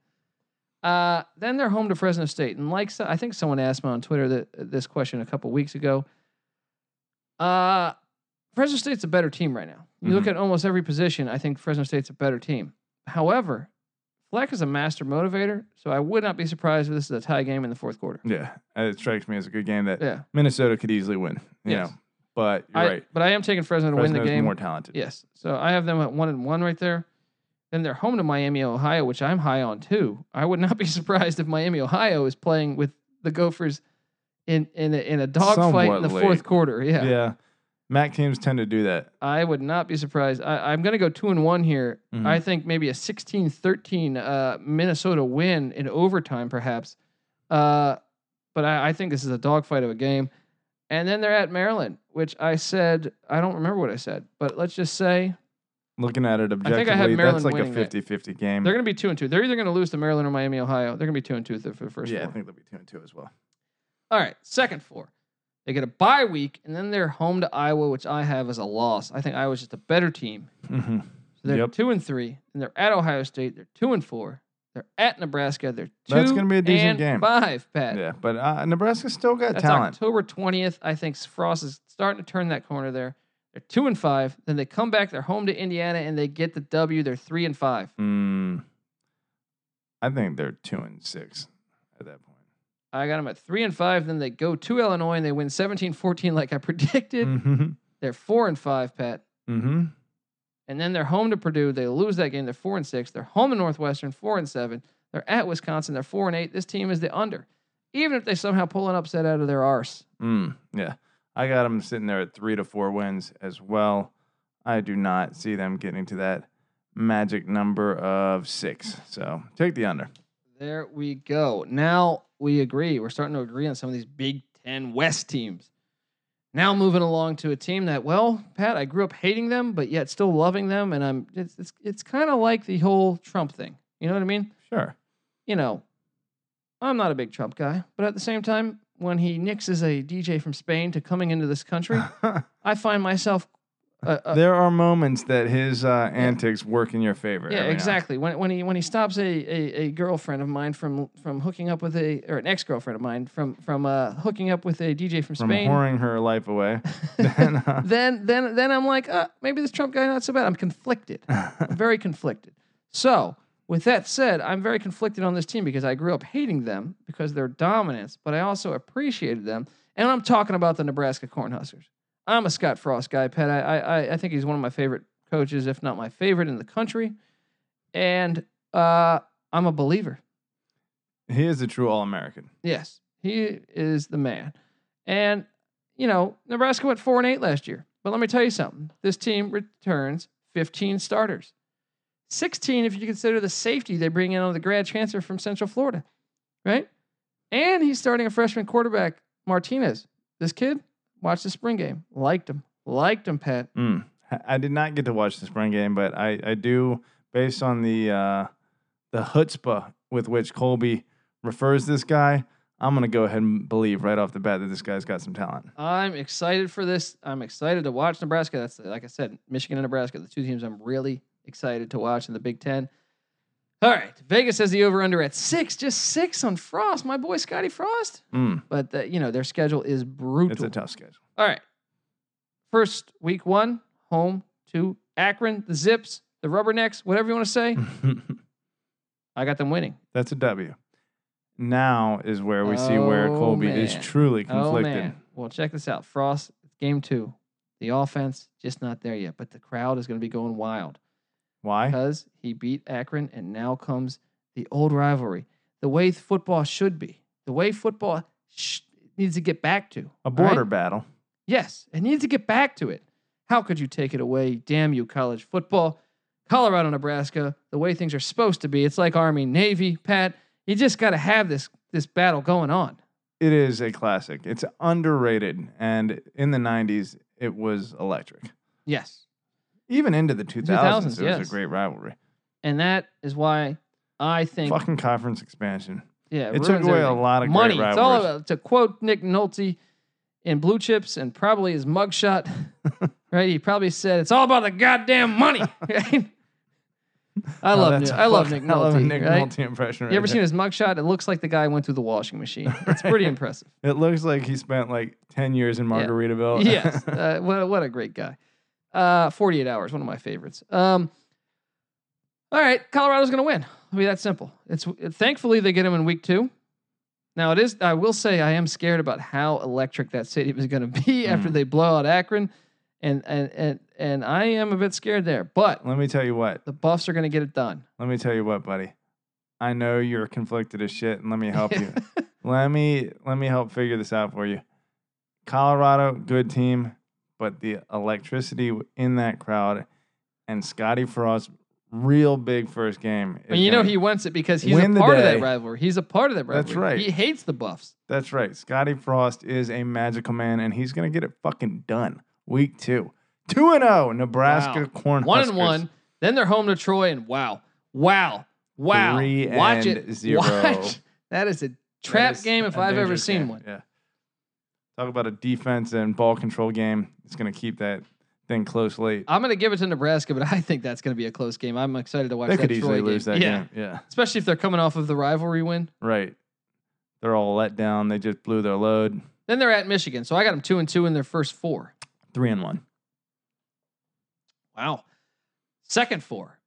Uh, then they're home to Fresno State, and like so- I think someone asked me on Twitter that uh, this question a couple weeks ago. Uh, Fresno State's a better team right now. You look Mhm. at almost every position. I think Fresno State's a better team. However, Fleck is a master motivator, so I would not be surprised if this is a tie game in the fourth quarter. Yeah. And It strikes me as a good game that Yeah, Minnesota could easily win, you Yes. know, but you're I, right. But I am taking Fresno to win Fresno's the game. more talented. Yes. So I have them at one and one right there. Then they're home to Miami, Ohio, which I'm high on too. I would not be surprised if Miami, Ohio is playing with the Gophers in in a, in a dogfight in Somewhat the late. fourth quarter. Yeah. Yeah. Mac teams tend to do that. I would not be surprised. I, I'm going to go two and one here. Mhm. I think maybe a 16 13 uh, Minnesota win in overtime, perhaps. Uh, but I, I think this is a dogfight of a game. And then they're at Maryland, which I said, I don't remember what I said, but let's just say Looking at it I objectively, think I had Maryland that's like a winning that. 50 50 game. They're going to be two and two. They're either going to lose to Maryland or Miami, Ohio. They're going to be two and two th- for the first yeah, I four. think they'll be 2 and 2 as well. All right, second four. They get a bye week, and then they're home to Iowa, which I have as a loss. I think Iowa's just a better team. hmm So they're Yep. two and three, and they're at Ohio State. They're two and four. They're at Nebraska. They're two. That's gonna be a decent and game. Five, Pat. Yeah, but uh, Nebraska's still got That's talent. October twentieth. I think Frost is starting to turn that corner there. They're two and five. Then they come back. They're home to Indiana, and they get the W. They're three and five. Mm, I think they're two and six at that point. I got them at three and five. Then they go to Illinois and they win 17-14 like I predicted. Mm-hmm. They're four and five, Pat. Mm-hmm. And then they're home to Purdue. They lose that game. They're four and six. They're home to Northwestern, four and seven. They're at Wisconsin. They're four and eight. This team is the under. Even if they somehow pull an upset out of their arse. Mm, yeah. I got them sitting there at three to four wins as well. I do not see them getting to that magic number of six. So take the under. There we go. Now we agree. We're starting to agree on some of these Big Ten West teams. Now moving along to a team that, well, Pat, I grew up hating them, but yet still loving them, and I'm it's it's, it's kind of like the whole Trump thing. You know what I mean? Sure. you know, I'm not a big Trump guy, but at the same time, when he nixes a DJ from Spain to coming into this country, I find myself. Uh, uh, there are moments that his uh, antics work in your favor. yeah, every now and- exactly. When, when he when he stops a, a, a girlfriend of mine from from hooking up with a or an ex girlfriend of mine from from uh, hooking up with a DJ from From Spain, whoring her life away. Then, uh, then then then I'm like, uh, maybe this Trump guy not so bad. I'm conflicted. I'm very conflicted. So with that said, I'm very conflicted on this team because I grew up hating them because of their dominance, but I also appreciated them. And I'm talking about the Nebraska Cornhuskers. I'm a Scott Frost guy, Pat. I I I- I think he's one of my favorite coaches, if not my favorite in the country. And uh, I'm a believer. he is a true All American. Yes, he is the man. And you know, Nebraska went four and eight last year. But let me tell you something. This team returns 15 starters. 16 if you consider the safety they bring in on the grad transfer from Central Florida, right? And he's starting a freshman quarterback, Martinez. This kid watched the spring game, liked him, liked him, Pat. Mm. I- I did not get to watch the spring game, but I, I do, based on the uh, the chutzpah with which Colby refers this guy, I'm going to go ahead and believe right off the bat that this guy's got some talent. I'm excited for this. I'm excited to watch Nebraska. That's like I said, Michigan and Nebraska, the two teams I'm really excited to watch in the Big Ten. All right, Vegas has the over under at six, just six on Frost, my boy Scotty Frost. Mm. But the, you know their schedule is It's brutal. a tough schedule. All right, first week one, home to Akron, the Zips, the Rubbernecks, whatever you want to say. I got them winning. That's a W. Now is where we see where Oh, Colby is man. truly conflicted. Oh man! Well, check this out. Frost game two, the offense just not there yet, but the crowd is going to be going wild. Why? because he beat Akron, and now comes the old rivalry, the way th- football should be, the way football sh- needs to get back to. A all border right? battle. Yes, it needs to get back to it. How could you take it away? Damn you, college football. Colorado, Nebraska, the way things are supposed to be. It's like Army, Navy, Pat. You just got to have this this battle going on. It is a classic. It's underrated, and in the '90s, it was electric. Yes. Even into the 2000s, 2000s, it was yes. a great rivalry. And that is why I think Fucking conference expansion. Yeah, It took ruins away a everything. lot of great money. it's all rivalries. about to quote Nick Nolte in Blue Chips and probably his mugshot. right, he probably said it's all about the goddamn money. Right? I Oh, love that's Nick. a I love Nick fucking Nolte. hell of a Nick right? Nolte impression. You right ever seen his mugshot? It looks like the guy went through the washing machine. It's pretty impressive. there. It looks like he spent like ten years in Yeah. Margaritaville. yes, uh, what a- what a great guy. Uh, Forty eight hours, one of my favorites. Um, all right, Colorado's going to win. It'll be that simple. It's thankfully they get him in week two. Now it is. I will say I am scared about how electric that stadium is going to be after Mm. they blow out Akron, and and and and I am a bit scared there. But Let me tell you what. the Buffs are going to get it done. Let me tell you what, buddy. I know you're conflicted as shit, and let me help you. let me let me help figure this out for you. Colorado, good team, but the electricity in that crowd and Scotty Frost, real big first game. is And you know gonna- he wants it because he's Win a the part of day. that rivalry. He's a part of that rivalry. That's right. He hates the Buffs. That's right. Scotty Frost is a magical man, and he's gonna get it fucking done. Week two, two and zero, Nebraska Wow. Cornhuskers. one and one. Then they're home to Troy, and wow, wow, wow. Three Watch and it. zero. Watch. That is a trap That is game if a I've ever dangerous seen game. one. Yeah. Talk about a defense and ball control game. It's going to keep that thing close late. I'm going to give it to Nebraska, but I think that's going to be a close game. I'm excited to watch They that could Troy easily game. lose that yeah. game. Yeah. Especially if they're coming off of the rivalry win. Right. They're all let down. They just blew their load. Then they're at Michigan. So I got them 2 and 2 in their first 4. Three and one. Wow. Second four.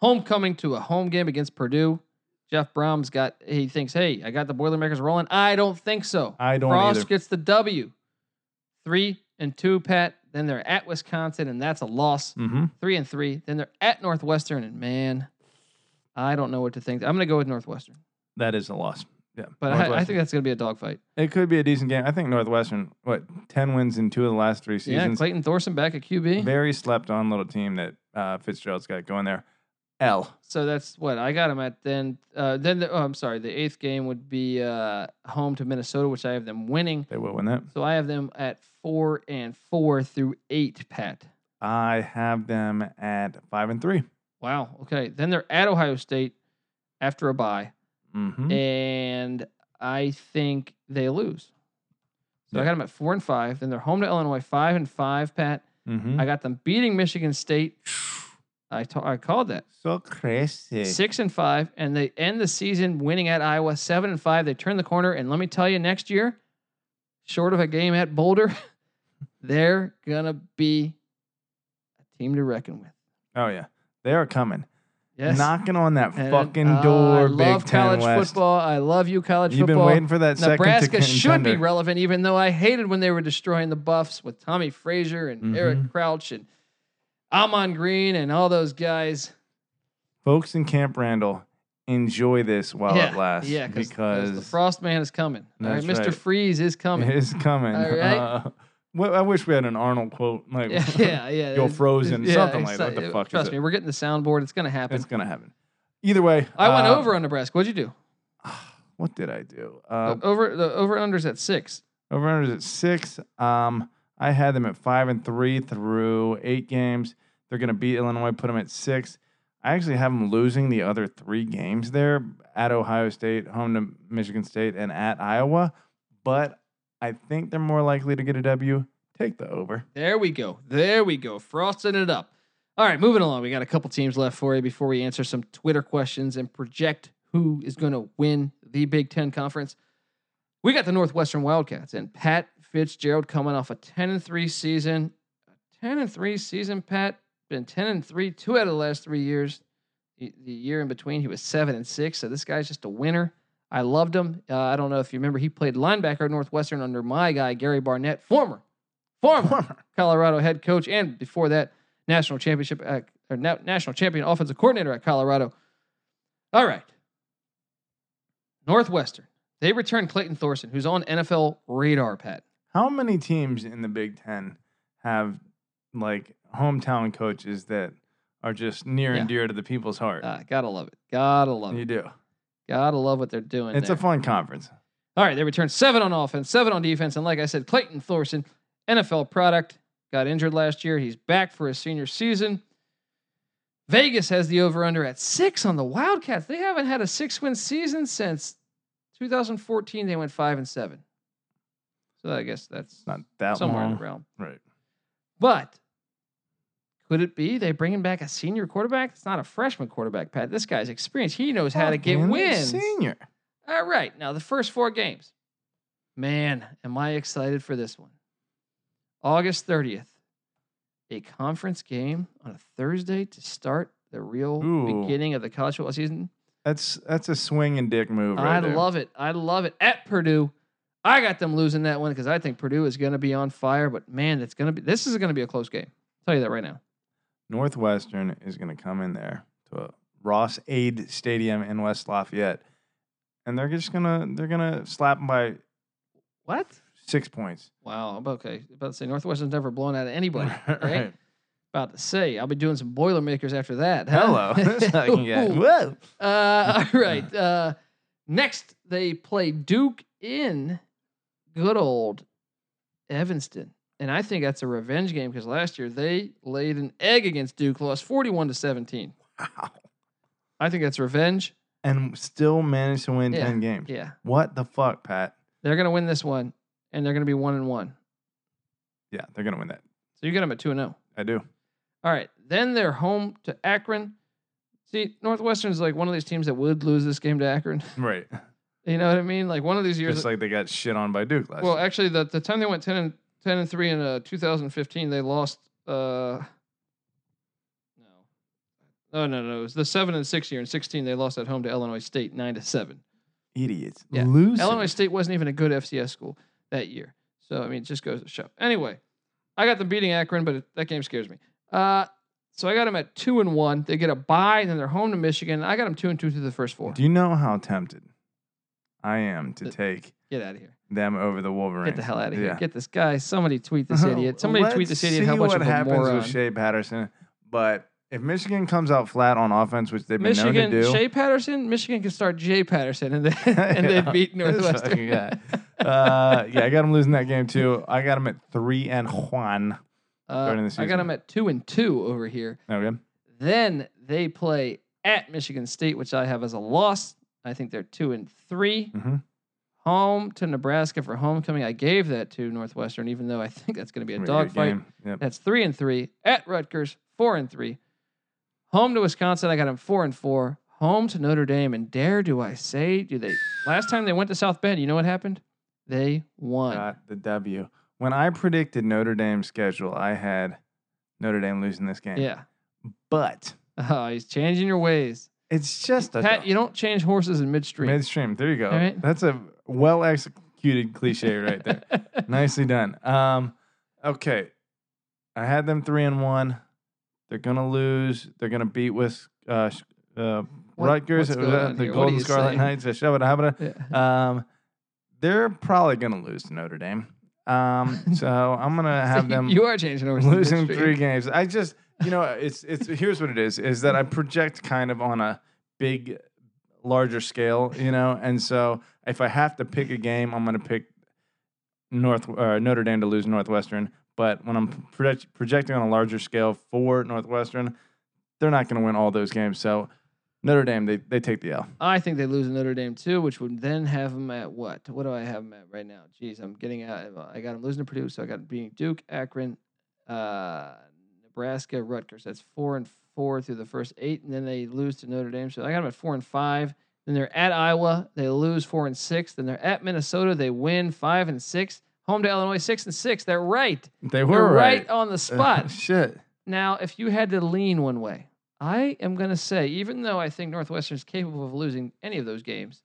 Homecoming to a home game against Purdue. Jeff Brom's got he thinks, hey, I got the Boilermakers rolling. I don't think so. I don't Frost either. gets the W. Three and two, Pat. Then they're at Wisconsin, and that's a loss. Mm-hmm. Three and three. Then they're at Northwestern, and man, I don't know what to think. I'm gonna go with Northwestern. That is a loss. Yeah. But I, I think that's gonna be a dogfight. it could be a decent game. I think Northwestern, what, 10 wins in two of the last three Yeah, seasons. Clayton Thorson back at QB. Very slept on little team that uh, Fitzgerald's got going there. L. So that's what I got them at. Then, uh, then the, oh, I'm sorry. The eighth game would be uh, home to Minnesota, which I have them winning. They will win that. So I have them at four and four through eight. Pat. I have them at five and 3 Wow. Okay. Then they're at Ohio State after a bye, Mm-hmm. Eh, and I think they lose. So I Yeah. got them at four and five. Then they're home to Illinois, five and five. Pat. mm-hmm. I got them beating Michigan State. I ta- I called that. so crazy. six and five, and they end the season winning at Iowa seven and five. They turn the corner, and let me tell you, next year, short of a game at Boulder, they're gonna be a team to reckon with. Oh, yeah. They are coming. Yes, Knocking on that And, fucking uh, door, I love Big college Ten West. football. I love you, college You've been football. waiting for that Nebraska second to should be contender. relevant, even though I hated when they were destroying the Buffs with Tommy Frazier and Mm-hmm. Eric Crouch and Amon Green and all those guys. Folks in Camp Randall, enjoy this while yeah, it lasts. yeah, the because Frost Man is coming. All right, That's Mr. right. Freeze is coming. it is coming. All right. Uh, well, I wish we had an Arnold quote. Like, yeah, yeah, yeah. Go It's- frozen, it's- something like that. What the exactly. fuck is Trust it? me, we're getting the soundboard. It's gonna happen. it's gonna happen. Either way, I went uh, over on Nebraska. What'd you do? What did I do? Uh, The over the over unders at six. over unders at six. Um, I had them at five and three through eight games. They're gonna beat Illinois. Put them at six. I actually have them losing the other three games there at Ohio State, home to Michigan State, and at Iowa. But I think they're more likely to get a W. Take the over. There we go. There we go. Frosting it up. All right, moving along. We got a couple teams left for you before we answer some Twitter questions and project who is going to win the Big Ten Conference. We got the Northwestern Wildcats and Pat Fitzgerald coming off a 10 and 3 season. A 10 and 3 season, Pat. Been 10 and 3 two out of the last three years. The the year in between, he was 7 and 6. So this guy's just a winner. I loved him. Uh, I don't know if you remember, he played linebacker at Northwestern under my guy, Gary Barnett, former. Former Colorado head coach, and before that, national championship at, or na- national champion offensive coordinator at Colorado. All right, Northwestern. They return Clayton Thorson, who's on NFL radar. Pat, How many teams in the Big Ten have like hometown coaches that are just near Yeah. and dear to the people's heart? ah, gotta love it. Gotta love you it. do. Gotta love what they're doing. It's there. a fun conference. All right, they returned seven on offense, seven on defense, and like I said, Clayton Thorson, NFL product, got injured last year. He's back for his senior season. Vegas has the over under at six on the Wildcats. They haven't had a six win season since 2014. They went five and seven. So I guess that's It's not that somewhere in long. the realm. Right. But could it be they bringing back a senior quarterback? It's not a freshman quarterback, Pat. This guy's experienced. He knows how to get Fucking wins. Senior. All right, now the first four games. Man, am I excited for this one. August 30th, a conference game on a Thursday to start the real Ooh. beginning of the college football season. That's that's a swing and dick move. Right I there. love it. I love it. At Purdue, I got them losing that one because I think Purdue is going to be on fire, but man, it's going to be this is going to be a close game. I'll tell you that right now. Northwestern is going to come in there to a Ross Aid Stadium in West Lafayette, and they're just gonna they're gonna slap 'em by What? six points. Wow. I'm Okay. About to say Northwestern's never blown out anybody. right? About to say I'll be doing some Boilermakers after that. huh? Hello. That's how you can get- Ooh. Whoa. Uh, all right. Uh, next, they play Duke in good old Evanston. And I think that's a revenge game because last year they laid an egg against Duke, lost 41 to 17. Wow. I think that's revenge. And still managed to win Yeah. ten games. Yeah. What the fuck, Pat? They're going to win this one. and they're going to be one and one. Yeah, they're going to win that. So you got them at two and zero. I do. All right. Then they're home to Akron. See, Northwestern's like one of these teams that would lose this game to Akron. Right. You know what I mean? Like one of these years. Just like they got shit on by Duke last well, year. actually, the, the time they went 10 and 10 and 3 in uh, 2015, they lost. Uh, no. Oh, no, no. It was the 7 and 6 year. In 16, they lost at home to Illinois State 9 to 7. Idiots. Yeah. Losers. Illinois State wasn't even a good FCS school that year. So, I mean, it just goes to show. Anyway, I got them beating Akron, but it, that game scares me. Uh, so I got them at 2 and 1. They get a bye, then they're home to Michigan. I got them 2 and 2 through the first four. Do you know how tempted I am to Th- take Get out of here. them over the Wolverines? Get the hell out of here. Yeah. Uh-huh. Get this guy. Somebody tweet this idiot. Somebody tweet Let's this idiot how see much what of a happens moron. with Shea Patterson. But if Michigan comes out flat on offense, which they've been known Michigan, to do, Shea Patterson. Michigan can start Jay Patterson, and then and they Yeah. beat This Northwestern. fucking guy. uh, yeah, I got them losing that game too. I got them at three and Juan. Uh, Starting the I got season. them at two and two over here. Okay, Then they play at Michigan State, which I have as a loss. I think they're two and 3 Mhm. Home to Nebraska for homecoming. I gave that to Northwestern, even though I think that's going to be a Pretty good dogfight. game. Yep. That's three and three at Rutgers, four and three. Home to Wisconsin, I got them four and four. Home to Notre Dame, and dare do I say, do they? Last time they went to South Bend, you know what happened? They won. Got the W. When I predicted Notre Dame's schedule, I had Notre Dame losing this game. yeah. but Oh, he's changing your ways, it's just a Pat. You don't change horses in midstream. midstream. There you go. All right. That's a well executed cliche right there. Nicely done. Um, okay, I had them three and one. They're gonna lose. They're gonna beat with uh, sh- uh, What- Rutgers. what's It was, going uh, on the here? What are Golden you Scarlet saying? Knights. the Shabbat Habata. Yeah. Um, they're probably gonna lose to Notre Dame. Um, so I'm gonna have them you are changing horses. in losing midstream. three games. I just, you know, it's it's here's what it is: is that I project kind of on a big, larger scale, you know, and so if I have to pick a game, I'm going to pick North uh, Notre Dame to lose Northwestern. But when I'm project, projecting on a larger scale for Northwestern, they're not going to win all those games. So Notre Dame, they they take the L. I think they lose to Notre Dame too, which would then have them at what? What do I have them at right now? Jeez, I'm getting out. uh, I got them losing to Purdue, so I got 'em beating Duke, Akron, uh, Nebraska, Rutgers. That's four and four through the first eight, and then they lose to Notre Dame. So I got them at four and five. Then they're at Iowa. They lose four and six. Then they're at Minnesota. They win five and six. Home to Illinois, six and six. They're right. They They're were right. on the spot. Shit. Now, if you had to lean one way, I am going to say, even though I think Northwestern is capable of losing any of those games,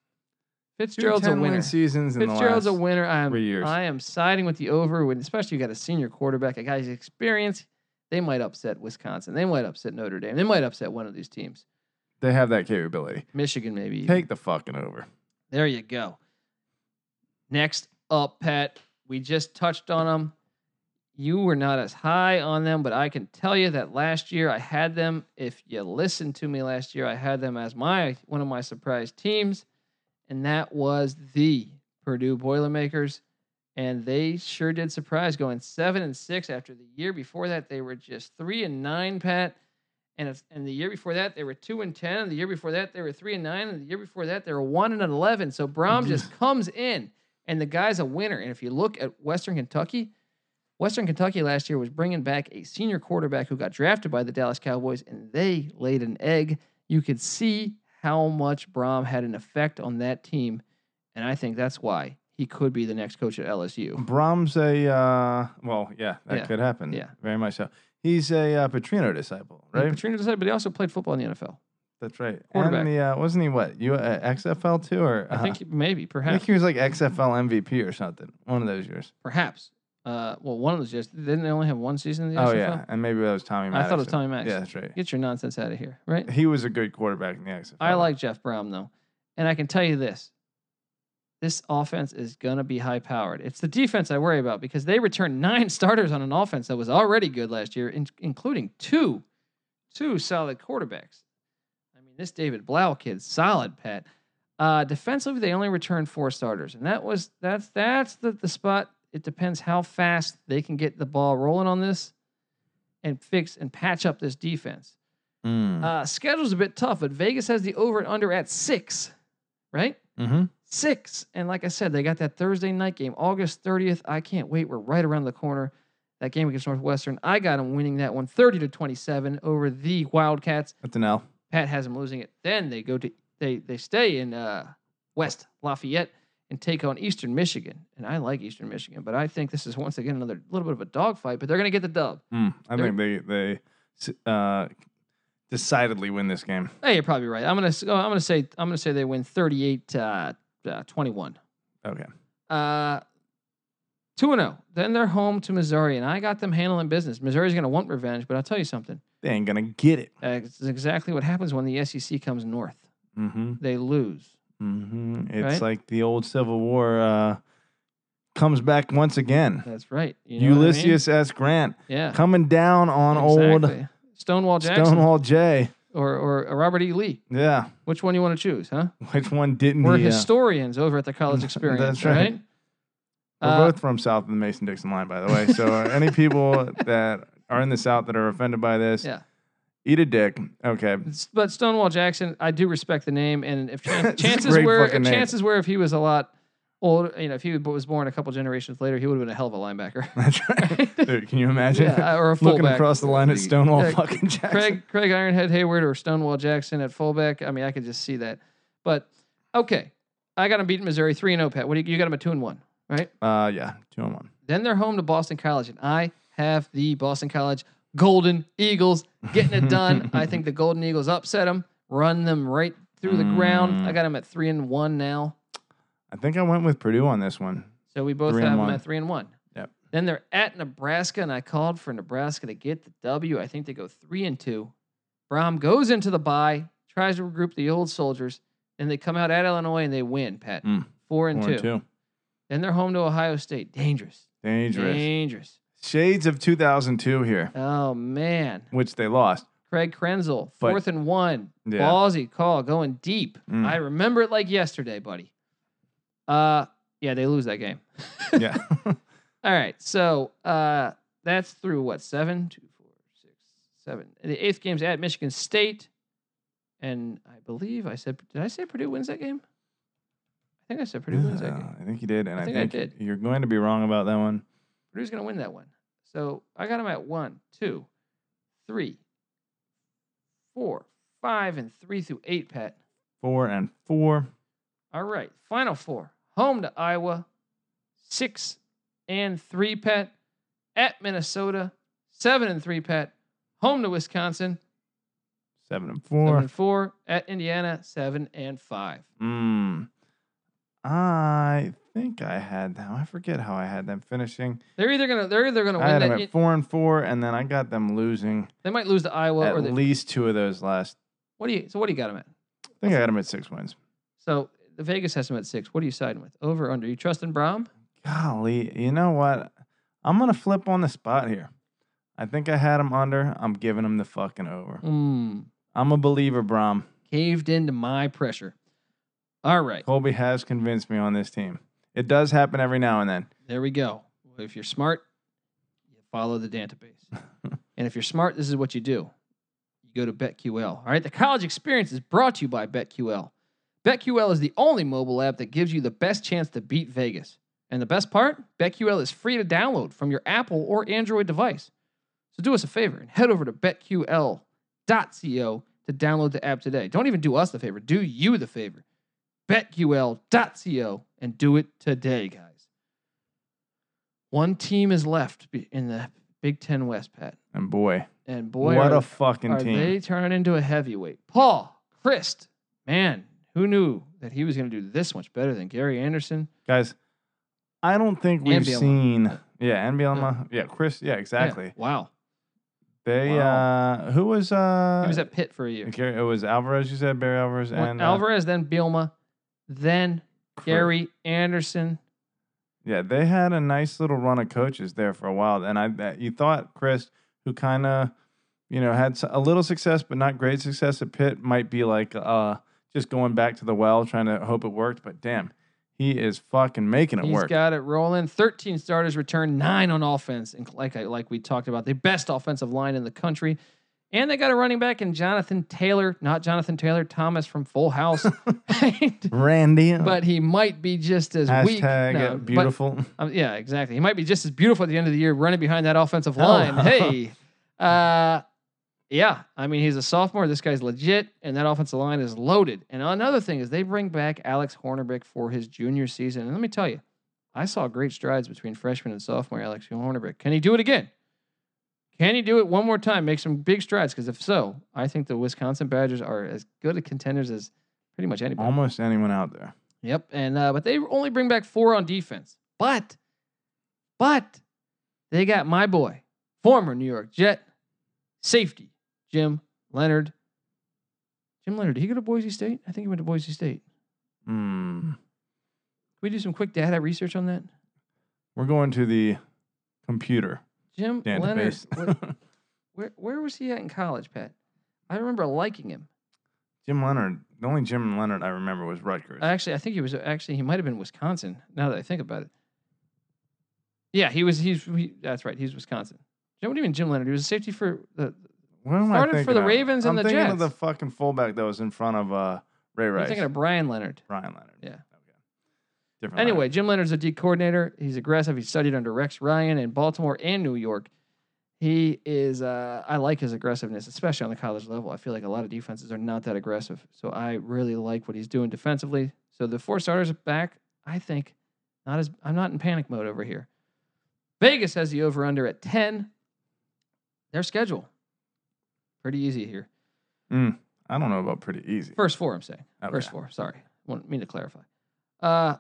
Two Fitzgerald's a 10 win winner. Seasons in Fitzgerald's the a last winner. I am, three years. I am siding with the over, when, especially you got a senior quarterback, a guy's experience. They might upset Wisconsin. They might upset Notre Dame. They might upset one of these teams. They have that capability. Michigan, maybe. even. Take the fucking over. There you go. Next up, Pat, we just touched on them. You were not as high on them, but I can tell you that last year I had them. If you listened to me last year, I had them as my one of my surprise teams, and that was the Purdue Boilermakers. And they sure did surprise going seven and six after the year before that. They were just three and nine, Pat. And it's, and the year before that they were two and ten. And the year before that they were three and nine. And the year before that they were one and eleven. So Brom just comes in, and the guy's a winner. And if you look at Western Kentucky, Western Kentucky last year was bringing back a senior quarterback who got drafted by the Dallas Cowboys, and they laid an egg. You could see how much Brom had an effect on that team, and I think that's why he could be the next coach at Mm-hmm. LSU. Brahms a uh, well, yeah, that Yeah. could happen. Yeah. very much so. He's a uh, Petrino disciple, right? And Petrino decided, but he also played football in the NFL. That's right. Quarterback. And the uh, wasn't he what you uh, XFL too, or I think uh, he- maybe, I perhaps. think he was like XFL MVP or something. One of those years. perhaps. Uh, well, one of those just didn't they only have one season in the Oh XFL? yeah, and maybe that was Tommy. I Maddox. thought it was Tommy Maddox. Yeah, that's right. Get your nonsense out of here, right? He was a good quarterback in the XFL. I like Jeff Brom though, and I can tell you this: this offense is gonna be high powered. It's the defense I worry about because they returned nine starters on an offense that was already good last year, in- including two, two solid quarterbacks. I mean, this David Blau kid's solid, Pat. Uh, defensively, they only returned four starters, and that was that's that's the the spot. It depends how fast they can get the ball rolling on this, and fix and patch up this defense. Mm. Uh, schedule's a bit tough, but Vegas has the over and under at six, right? hmm six. And like I said, they got that Thursday night game, August 30th. I can't wait. We're right around the corner. That game against Northwestern, I got them winning that one 30 to 27 over the Wildcats. That's an L. Pat has them losing it. Then they go to they they stay in uh, West Lafayette and take on Eastern Michigan. And I like Eastern Michigan, but I think this is once again another little bit of a dogfight. But they're going to get the dub. Mm, I They're- think they they s- uh, decidedly win this game. Hey, you're probably right. I'm gonna s- oh, I'm gonna say I'm gonna say they win 38 uh, uh, 21. Okay. Uh, 2 and 0. Then they're home to Missouri, and I got them handling business. Missouri's going to want revenge, but I'll tell you something. They ain't gonna get it. Uh, it's exactly what happens when the SEC comes north. Mm-hmm. They lose. Mm-hmm. It's Right? like the old Civil War uh, comes back once again. That's right. You know what I mean? Ulysses S. Grant Yeah. coming down on old exactly. Stonewall Jackson Stonewall J. Or, or or Robert E. Lee. Yeah. Which one you want to choose, huh? Which one didn't We're he? uh, historians over at the college experience, That's all right. right? We're Uh, both from south of the Mason Dixon line, by the way. So uh, any people that are in the south that are offended by this, Yeah. eat a dick. Okay. S- but Stonewall Jackson, I do respect the name, and if chan- It's a chances great were, fucking name. chances were, if he was a lot older, you know, if he was born a couple generations later, he would have been a hell of a linebacker. That's right. Dude, can you imagine yeah, or a looking fullback. across the line at Stonewall Yeah, fucking Jackson? Craig Craig Ironhead Hayward or Stonewall Jackson at fullback. I mean, I could just see that. But okay, I got him beating Missouri three and zero. Pat, what do you, you got him at two and one, right? Uh, yeah, two and one. Then they're home to Boston College, and I have the Boston College Golden Eagles getting it done. I think the Golden Eagles upset them, run them right through the ground. Mm. I got them at three and one now. I think I went with Purdue on this one. So we both Three and have them one. at three and one. Yep. Then they're at Nebraska, and I called for Nebraska to get the W. I think they go three and two. Brom goes into the bye, tries to regroup the old soldiers, and they come out at Illinois and they win, Pat. Mm. Four, and, Four two. and two. Then they're home to Ohio State. Dangerous. Dangerous. Dangerous. Shades of 2002 here, Oh, man. which they lost. Craig Krenzel, But- fourth and one. Yeah. Ballsy call going deep. Mm. I remember it like yesterday, buddy. Uh, yeah, they lose that game. yeah. All right, so uh, that's through what seven, two, four, six, seven. And The eighth game's at Michigan State, and I believe I said, did I say Purdue wins that game? I think I said Purdue wins that game. Uh, I think you did, and I I think think, I did. you're going to be wrong about that one. Purdue's gonna win that one. So I got them at one, two, three, four, five, and three through eight. Pat. Four and four. All right, final four. Home to Iowa, six and three pet. At Minnesota, seven and three pet. Home to Wisconsin, Seven and seven four. and four. At Indiana, seven and five. Mm. I think I had them. I forget how I had them finishing. They're either gonna they're either gonna I win had them that. at four and four, and then I got them losing They might lose to Iowa at or the, least two of those last. what do you so what do you got them at? I think I got them at six wins. So the Vegas has them at six. What are you siding with? Over or under? You trusting Brom? Golly, you know what? I'm gonna flip on the spot here. I think I had them under. I'm giving them the fucking over. Mm, I'm a believer, Brom. caved into my pressure. All right, Colby has convinced me on this team. It does happen every now and then. There we go. If you're smart, you follow the database. and if you're smart, this is what you do. You go to BetQL. All right, the college experience is brought to you by BetQL. BetQL is the only mobile app that gives you the best chance to beat Vegas. And the best part, BetQL is free to download from your Apple or Android device. So do us a favor and head over to betql.co to download the app today. Don't even do us the favor, do you the favor. betql.co and do it today, guys. One team is left be- in the Big Ten West, Pat. And boy, And boy, what are, a fucking are team. they turning into a heavyweight. Paul Christ, man, who knew that he was going to do this much better than Gary Anderson? Guys, I don't think we've Bielema. seen. Yeah, and Bielema. Yeah, Chris. Yeah, Yeah, exactly. wow. They, uh, who was, uh, He was at Pitt for a year. Gary- it was Alvarez, you said, Barry Alvarez, Went and uh, Alvarez, then Bielma, then Cr- Gary Anderson. Yeah, they had a nice little run of coaches there for a while. And I, that you thought Chris, who kind of, you know, had s- a little success, but not great success at Pitt, might be like, uh, just going back to the well, trying to hope it worked. But damn, he is fucking making it He's work. got it rolling. 13 starters returned, nine on offense. And like I, like we talked about, the best offensive line in the country. And they got a running back in Jonathan Taylor, not Jonathan Taylor Thomas from Full House. Randy. uh, but he might be just as weak. Hashtag No, but- beautiful. um, yeah, exactly. He might be just as beautiful at the end of the year running behind that offensive Oh. line. Hey, uh, yeah. I mean, he's a sophomore. This guy's legit, and that offensive line is loaded. And another thing is they bring back Alex Hornerbeck for his junior season. And let me tell you, I saw great strides between freshman and sophomore Alex Hornerbeck. Can he do it again? Can he do it one more time? Make some big strides? Because if so, I think the Wisconsin Badgers are as good a contenders as pretty much anybody. Almost anyone out there. Yep. And uh, but they only bring back four on defense. But but they got my boy, former New York Jet, safety, Jim Leonard. Jim Leonard, did he go to Boise State? I think he went to Boise State. Hmm. Can we do some quick data research on that? We're going to the computer Jim Leonard. database. what- where where was he at in college, Pat? I remember liking him. Jim Leonard. The only Jim Leonard I remember was Rutgers. Actually, I think he was actually he might have been Wisconsin. Now that I think about it, yeah, he was. He's he, that's right. He's Wisconsin. What do you mean, Jim Leonard? He was a safety for the. What am I started for thinking the of? Ravens and I'm the thinking of the Jets. fucking fullback that was in front of uh, Ray I'm Rice. thinking of Brian Leonard. Brian Leonard. Yeah. Okay. Different. Anyway, Jim Leonard's a D coordinator. He's aggressive. He studied under Rex Ryan in Baltimore and New York. He is. Uh, I like his aggressiveness, especially on the college level. I feel like a lot of defenses are not that aggressive, so I really like what he's doing defensively. So the four starters are back. I think not as I'm not in panic mode over here. Vegas has the over under at ten. Their schedule pretty easy here. Leonard. Mm, I don't know about pretty easy. First four, I'm saying. Okay. Verse four. Sorry, want mean to clarify. Uh,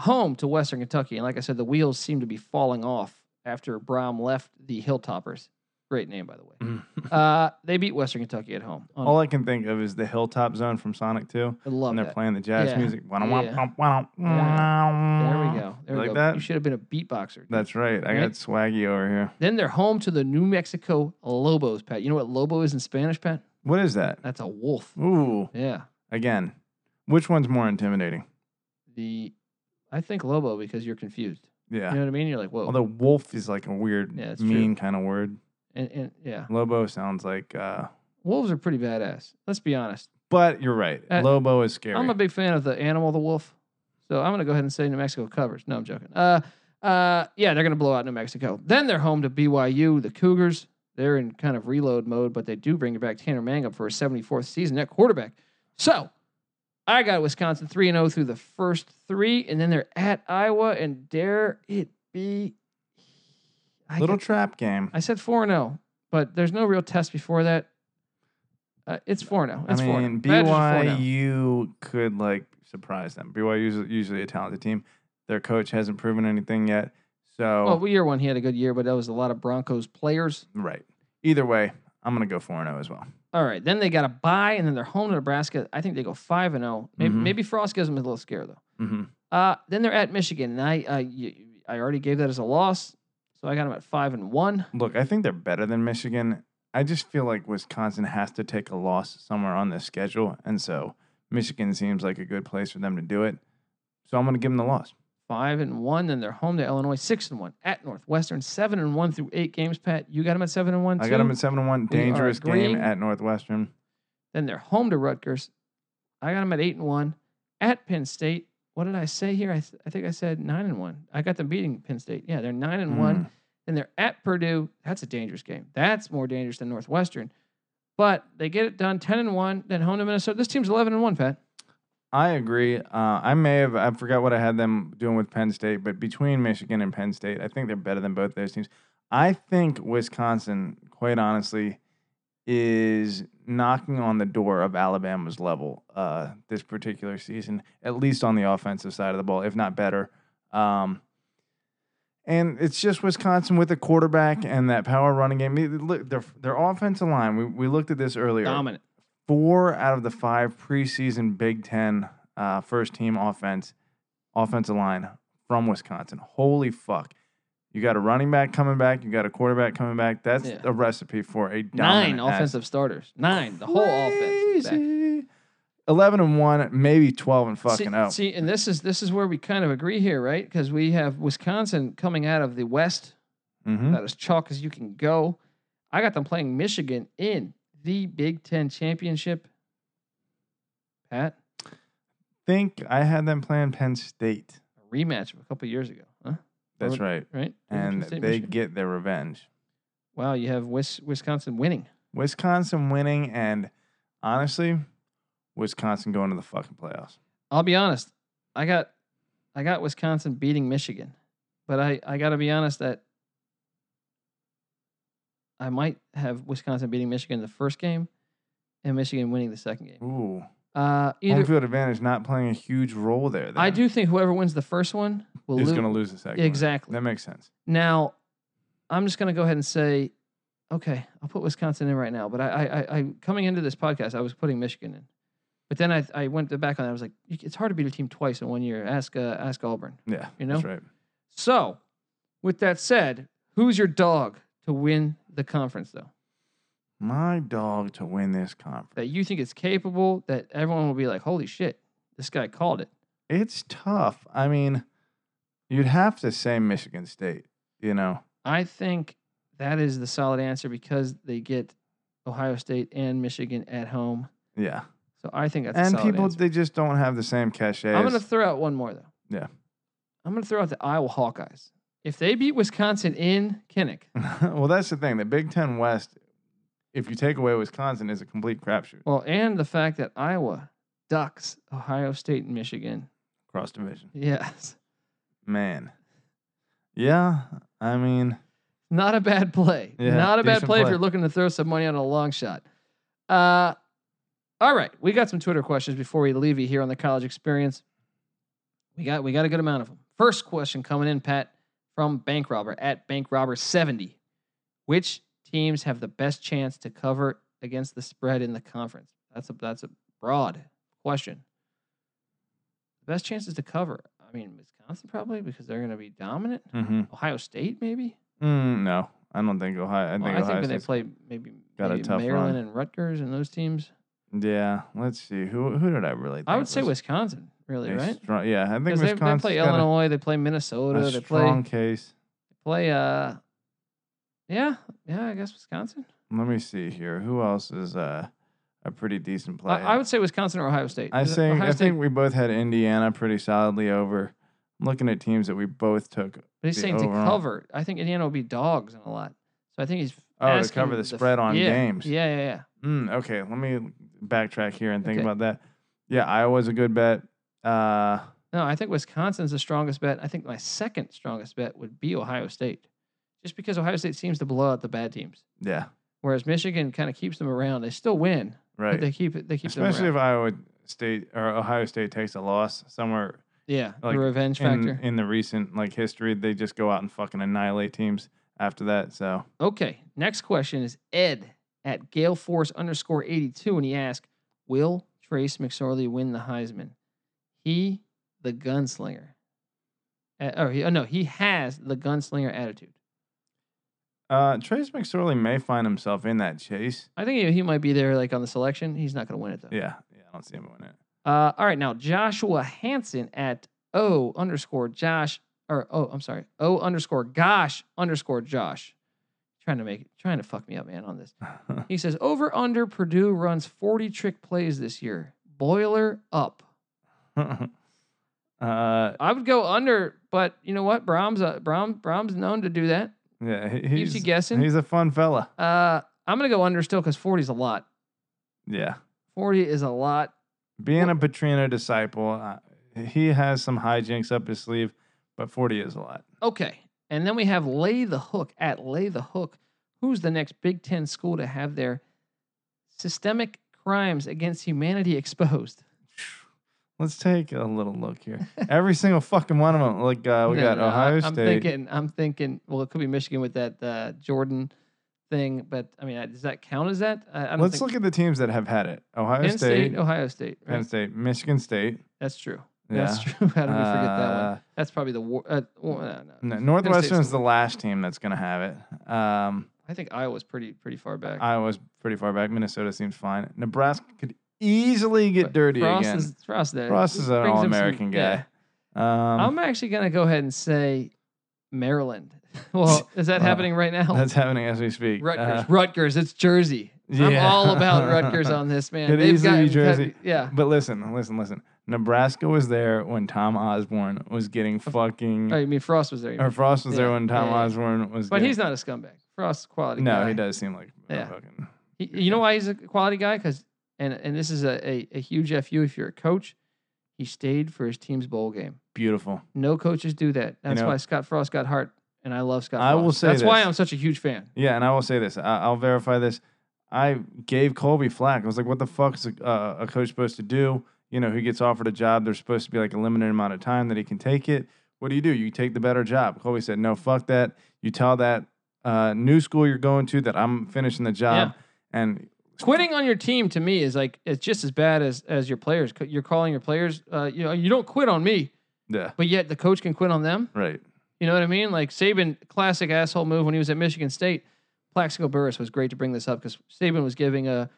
home to Western Kentucky, and like I said, the wheels seem to be falling off after Brom left the Hilltoppers. Great name, by the way. Uh, they beat Western Kentucky at home. Um, All I can think of is the Hilltop Zone from Sonic 2, I love and they're that. playing the jazz Yeah. music. There There we we go. There You we like go. that? You should have been a beatboxer. That's right. I Right? got swaggy over here. then they're home to the New Mexico Lobos, Pat. You know what Lobo is in Spanish, Pat? What is that? That's a wolf. Ooh, Yeah. again. Which one's more intimidating? The I think Lobo because you're confused. Yeah. You know what I mean? You're like, whoa. Although wolf is like a weird, Yeah, it's true. mean kind of word. and, and yeah. Lobo sounds like, uh, Wolves are pretty badass. Let's be honest. but you're right. Uh, Lobo is scary. I'm a big fan of the animal, the wolf. So I'm going to go ahead and say New Mexico covers. No, I'm joking. Uh, uh, yeah, they're going to blow out New Mexico. Then they're home to BYU, the Cougars. They're in kind of reload mode, but they do bring back Tanner Mangum for his 74th season at quarterback. So I got Wisconsin 3 0 through the first three, and then they're at Iowa, and dare it be. I Little got- trap game. I said 4 0, but there's no real test before that. Uh, it's 4 0. I It's oh. 4 mean, BYU could like surprise them. BYU is usually a talented team. Their coach hasn't proven anything yet. So, Well, year one he had a good year, but that was a lot of Broncos players. right. Either way, I'm going to go 4 0 as well. All right, then they got a bye, and then they're home to Nebraska. I think they go five and zero. Maybe, Mhm. maybe Frost gives them a little scare though. hmm Uh, then they're at Michigan, and I uh, y- I already gave that as a loss, so I got them at five and one. Look, I think they're better than Michigan. I just feel like Wisconsin has to take a loss somewhere on this schedule. And so, Michigan seems like a good place for them to do it. So, I'm going to give them the loss. Five and one, then they're home to Illinois, six and one at Northwestern, seven and one through eight games. Pat, you got them at seven and one. I too? got them at 7 1. We are Dangerous game agreeing. at Northwestern. Then they're home to Rutgers. I got them at eight and one at Penn State. What did I say here? I, th- I think I said nine and one. I got them beating Penn State. Yeah, they're nine and one. Then they're at Purdue. That's a dangerous game. That's more dangerous than Northwestern. But they get it done, ten and one. Then home to Minnesota. This team's eleven and one. Pat. I agree. Uh, I may have I forgot what I had them doing with Penn State, but between Michigan and Penn State, I think they're better than both those teams. I think Wisconsin, quite honestly, is knocking on the door of Alabama's level uh, this particular season, at least on the offensive side of the ball, if not better. Um, and it's just Wisconsin with a quarterback and that power running game. They- Look, their their offensive line. We we looked at this earlier Dominant. four out of the five preseason Big Ten uh, first team offense offensive line from Wisconsin. Holy fuck! You got a running back coming back. You got a quarterback coming back. That's Yeah. a recipe for a Nine dominant offensive starters. Nine. The whole offense. is back. offense. Eleven and one, maybe twelve and fucking oh. see, up. See, and this is this is where we kind of agree here, right? Because we have Wisconsin coming out of the West hmm about as chalk as you can go. I got them playing Michigan in the Big Ten championship. Pat, Think I had them playing Penn State. a rematch of a couple years ago, huh? That's Or- right. Right? And Michigan State, they Michigan. get their revenge. wow, you have Wis- Wisconsin winning. Wisconsin winning, and honestly, Wisconsin going to the fucking playoffs. I'll be honest. I got I got Wisconsin beating Michigan. But I, I gotta be honest that I might have Wisconsin beating Michigan in the first game and Michigan winning the second game. Ooh. Uh Home either field advantage not playing a huge role there. I then, do think whoever wins the first one will Is lose. going to lose the second. one. Exactly. That makes sense. Now, I'm just going to go ahead and say, okay, I'll put Wisconsin in right now. But I, I, I, I coming into this podcast, I was putting Michigan in, but then I, I went back on. it. I was like, "You- it's hard to beat a team twice in one year. Ask, uh, ask Auburn. Yeah. You know? That's right. So, with that said, who's your dog to win the conference though? My dog to win this conference. That you think is capable? That everyone will be like, holy shit, this guy called it. It's tough. I mean, you'd have to say Michigan State, you know? I think that is the solid answer because they get Ohio State and Michigan at home. Yeah. So I think that's a and solid people, answer. they just don't have the same cachet. I'm as- going to throw out one more though. Yeah. I'm going to throw out the Iowa Hawkeyes. If they beat Wisconsin in Kinnick, well, that's the thing. The Big Ten West, if you take away Wisconsin, is a complete crapshoot well, and the fact that Iowa ducks Ohio State and Michigan. cross division. Yes. Man. Yeah. I mean, Not a bad play. Yeah, Not a bad decent play, if play. you're looking to throw some money on a long shot. Uh, all right. We got some Twitter questions before we leave you here on the college experience. We got we got a good amount of them. First question coming in, Pat, from Bank Robber at Bank Robber 70. Which teams have the best chance to cover against the spread in the conference? That's a that's a broad question. The best chances to cover. I mean, Wisconsin probably because they're going to be dominant. mhm. Ohio State maybe. Mm, no, I don't think Ohio. I think, Well, I Ohio think when they State's- play maybe, got a maybe tough Maryland run. and Rutgers and those teams, Yeah. Let's see. Who who did I really think I would say was Wisconsin, really, a right? strong- yeah. I think Because they, Wisconsin. they play Illinois, they play Minnesota, A they strong play case. play. Uh, yeah, yeah, I guess Wisconsin. Let me see here. Who else is uh, a pretty decent player? I, I would say Wisconsin or Ohio State. I Is it think Ohio I State, think we both had Indiana pretty solidly over. I'm looking at teams that we both took. but he's the saying to overall. cover. I think Indiana will be dogs in a lot. So I think he's Oh, to asking cover the f- spread on yeah, games. Yeah, yeah, yeah. Mm, okay, let me backtrack here and think Okay. about that. Yeah, Iowa's a good bet. Uh, No, I think Wisconsin's the strongest bet. I think my second strongest bet would be Ohio State, just because Ohio State seems to blow out the bad teams. yeah, Whereas Michigan kind of keeps them around. They still win, but right. they keep it. They keep Especially them if Iowa State or Ohio State takes a loss somewhere yeah, like, the revenge in, factor. in the recent like history, they just go out and fucking annihilate teams after that. So okay, next question is Ed at Gale Force underscore eighty two, and he asks, "Will Trace McSorley win the Heisman? He the gunslinger, uh, or he, oh no, he has the gunslinger attitude. uh, Trace McSorley may find himself in that chase. I think he, he might be there like on the selection. He's not going to win it though. Yeah, yeah, I don't see him winning it. Uh, all right, now Joshua Hansen at O underscore Josh or oh, I'm sorry, O underscore Gosh underscore Josh. Trying to make trying to fuck me up, man, on this. He says over under Purdue runs 40 trick plays this year. Boiler up. uh, I would go under, but you know what? Brahms uh, Brahm Brahms known to do that. yeah, he- Keeps you he's guessing. he's a fun fella. uh, I'm gonna go under still because 40 is a lot. Yeah, 40 is a lot. being Well- a Petrino disciple, uh, he has some hijinks up his sleeve, but forty is a lot. Okay. And then we have Lay the Hook at Lay the Hook. Who's the next Big Ten school to have their systemic crimes against humanity exposed? Let's take a little look here. Every single fucking one of them. Like uh, we No, got no, I- Ohio I'm State. thinking, I'm thinking, well, it could be Michigan with that uh, Jordan thing, but I mean, I- does that count as that? I, I don't Let's think, look at the teams that have had it. Ohio Penn State, State, Ohio State. Right? Penn State, Michigan State. That's true. Yeah. That's true. How did we forget that one? Uh, That's probably the war. Uh, war no, no. no, State's Northwestern is the last team that's going to have it. Um, I think Iowa's pretty pretty far back. Iowa's pretty far back. Minnesota seems fine. Nebraska could easily get dirty Frost again. Is, Frost, there. Frost is an brings him some- all-American guy. yeah. um, I'm actually gonna go ahead and say Maryland. Well, is that happening right now? Uh, That's happening as we speak. Rutgers. Uh, Rutgers. It's Jersey. I'm yeah. all about Rutgers on this, man. Could They've easily got be Jersey. yeah. but listen, listen, listen. Nebraska was there when Tom Osborne was getting fucking. Oh, you mean Frost was there? you Mm. Or mean. Frost was there Yeah, when Tom yeah, yeah. Osborne was. But getting, he's not a scumbag. Frost's a quality. No, guy. he does seem like. a Yeah. Fucking, He- you know why he's a quality guy? Because and and this is a, a, a huge fu if you're a coach. He stayed for his team's bowl game. beautiful. No coaches do that. That's know- why Scott Frost got heart, and I love Scott. I will Frost. say that's why this. I'm such a huge fan. Yeah, and I will say this. I, I'll verify this. I gave Colby flack. I was like, "What the fuck's a, uh, a coach supposed to do? You know, who gets offered a job? There's supposed to be like a limited amount of time that he can take it. What do you do? You take the better job." Colby said, "No, fuck that. You tell that uh, new school you're going to that I'm finishing the job." And Quitting on your team to me is like it's just as bad as as your players. Co- You're calling your players. Uh, you know, you don't quit on me, yeah, but yet the coach can quit on them. right. You know what I mean? Like Saban, classic asshole move when he was at Michigan State. Plaxico Burris was great to bring this up because Saban was giving a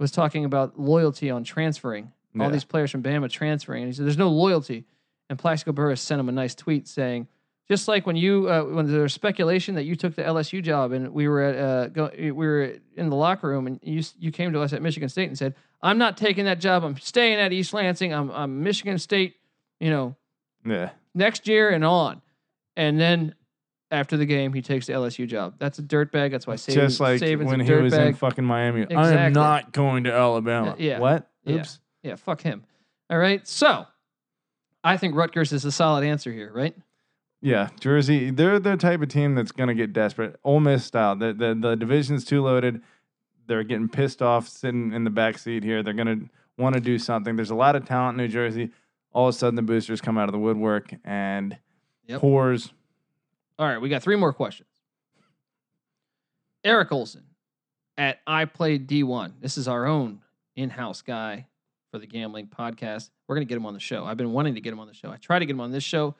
was talking about loyalty on transferring all Yeah. these players from Bama transferring, and he said there's no loyalty. And Plaxico Burris sent him a nice tweet saying, just like when you uh, when there was speculation that you took the LSU job and we were at uh, go, we were in the locker room and you s- you came to us at Michigan State and said I'm not taking that job. I'm staying at East Lansing. I'm I'm Michigan State. You know Yeah, next year and on. And then after the game, he takes the LSU job. That's a dirtbag. That's why Saban, just like Saban's when a he was in dirtbag. fucking Miami. I Exactly. am not going to Alabama. Uh, yeah. What? Yeah. Oops. yeah, fuck him. All right. So I think Rutgers is a solid answer here, right? Yeah, Jersey. They're the type of team that's going to get desperate. Ole Miss style. The, the the division's too loaded. They're getting pissed off sitting in the back seat here. They're going to want to do something. There's a lot of talent in New Jersey. All of a sudden, the boosters come out of the woodwork and Yep. pours. All right. We got three more questions. Eric Olson at I Played D1. This is our own in house guy for the gambling podcast. We're going to get him on the show. I've been wanting to get him on the show. I tried to get him on this show,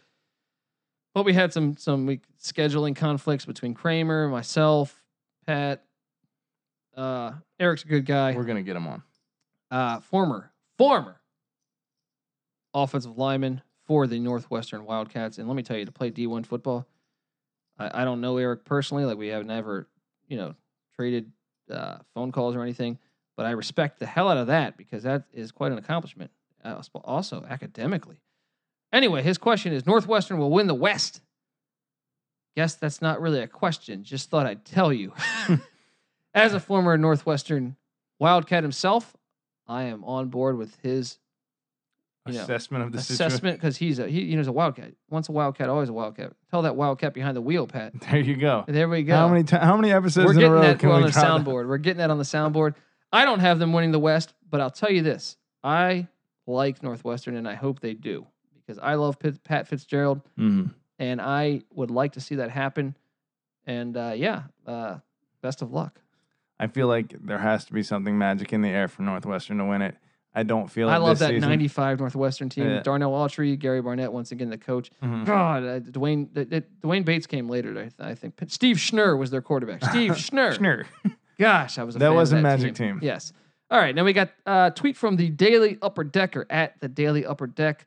but we had some some we, scheduling conflicts between Kramer, myself, Pat. Uh, Eric's a good guy. We're going to get them on. Uh, former former offensive lineman for the Northwestern Wildcats, and let me tell you, to play D one football, I, I don't know Eric personally. Like we have never, you know, traded uh, phone calls or anything, but I respect the hell out of that because that is quite an accomplishment. Uh, sp- also academically. Anyway, his question is: Northwestern will win the West. Guess that's not really a question. Just thought I'd tell you. As a former Northwestern Wildcat himself, I am on board with his you know, Assessment of the situation. assessment because he's a he, you know, he's a Wildcat. Once a Wildcat, always a Wildcat. Tell that Wildcat behind the wheel, Pat. There you go. There we go. How many ti- how many episodes We're in a getting row that can on we the drop that? soundboard. We're getting that on the soundboard. I don't have them winning the West, but I'll tell you this: I like Northwestern, and I hope they do because I love Pitt, Pat Fitzgerald, Mhm. and I would like to see that happen. And uh, yeah, uh, best of luck. I feel like there has to be something magic in the air for Northwestern to win it. I don't feel. I it love this that season. '95 Northwestern team. Yeah. Darnell Autry, Gary Barnett, once again the coach. Mhm. God, uh, Dwayne th- th- Dwayne Bates came later. I, th- I think P- Steve Schnurr was their quarterback. Steve Schnurr. Schnurr. Gosh, I was a That fan of was a magic team. Yes. All right. Now we got a tweet from the Daily Upper Decker at the Daily Upper Deck.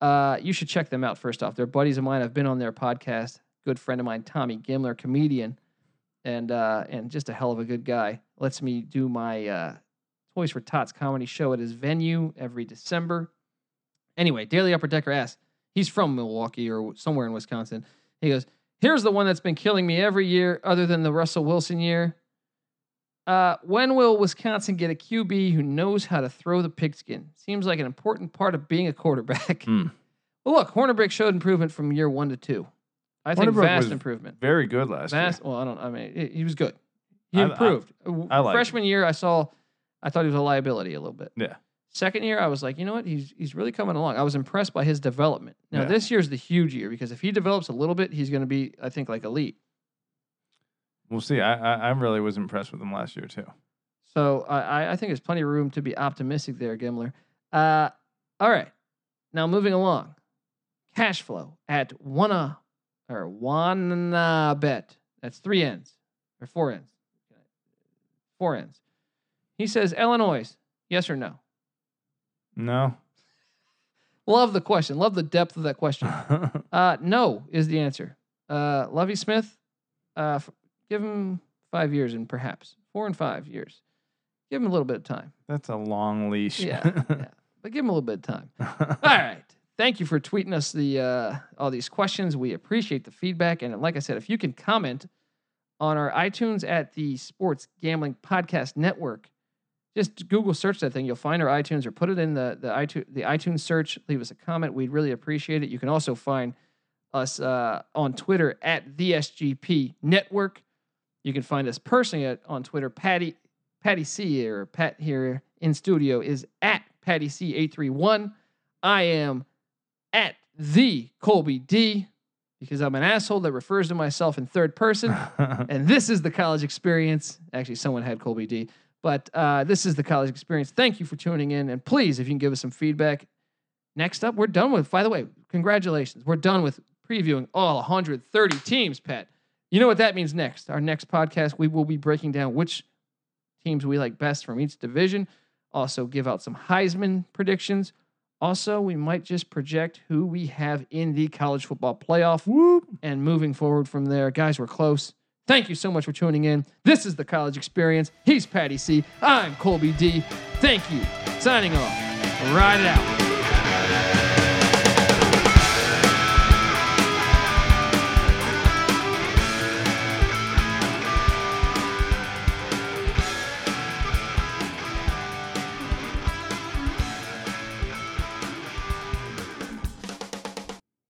Uh, you should check them out first off. They're buddies of mine. I've been on their podcast. Good friend of mine, Tommy Gimler, comedian, and uh, and just a hell of a good guy. Lets me do my uh, Toys for Tots comedy show at his venue every December. Anyway, Daily Upper Decker asks, he's from Milwaukee or somewhere in Wisconsin. He goes, Here's the one that's been killing me every year, other than the Russell Wilson year. Uh, when will Wisconsin get a QB who knows how to throw the pigskin? Seems like an important part of being a quarterback. Hmm. Well, look, Hornibrook showed improvement from year one to two. I think Hornibrook vast was improvement. Very good last year. Vast. Well, I don't. I mean, he- he was good. He I- I- improved. I like him. Freshman year, I saw. I thought he was a liability a little bit. Yeah. Second year, I was like, you know what? He's he's really coming along. I was impressed by his development. Now Yeah. this year's the huge year because if he develops a little bit, he's going to be, I think, like elite. We'll see. I, I I really was impressed with him last year too. So I, I- I think there's plenty of room to be optimistic there, Gimler. Uh, all right. Now moving along. Cash flow at one a or one uh, bet. That's three ends or four ends. Four ends. He says Illinois, yes or no? No. Love the question. Love the depth of that question. I Uh, no is the answer. Uh, Lovey Smith, uh, f- give him five years and perhaps four and five years. Give him a little bit of time. That's a long leash. Yeah, yeah. But give him a little bit of time. All right. Thank you for tweeting us the uh, all these questions. We appreciate the feedback, and like I said, if you can comment on our iTunes at the Sports Gambling Podcast Network, just Google search that thing. You'll find our iTunes, or put it in the the iTunes the iTunes search. Leave us a comment. We'd really appreciate it. You can also find us uh, on Twitter at the SGP Network. You can find us personally at, on Twitter, Patty Patty C or Pat here in studio is at Patty C eight three one. I am at the Colby D because I'm an asshole that refers to myself in third person. and this is the college experience. Actually, someone had Colby D, but uh, this is the college experience. Thank you for tuning in, and please, if you can give us some feedback. Next up, we're done with. By the way, congratulations, we're done with previewing all 130 teams. Pat, you know what that means next. Our next podcast, we will be breaking down which teams we like best from each division. Also, give out some Heisman predictions. Also, we might just project who we have in the college football playoff Whoop. and moving forward from there. Guys, we're close. Thank you so much for tuning in. This is the college experience. He's Patty C. I'm Colby D. Thank you. Signing off. Ride it out.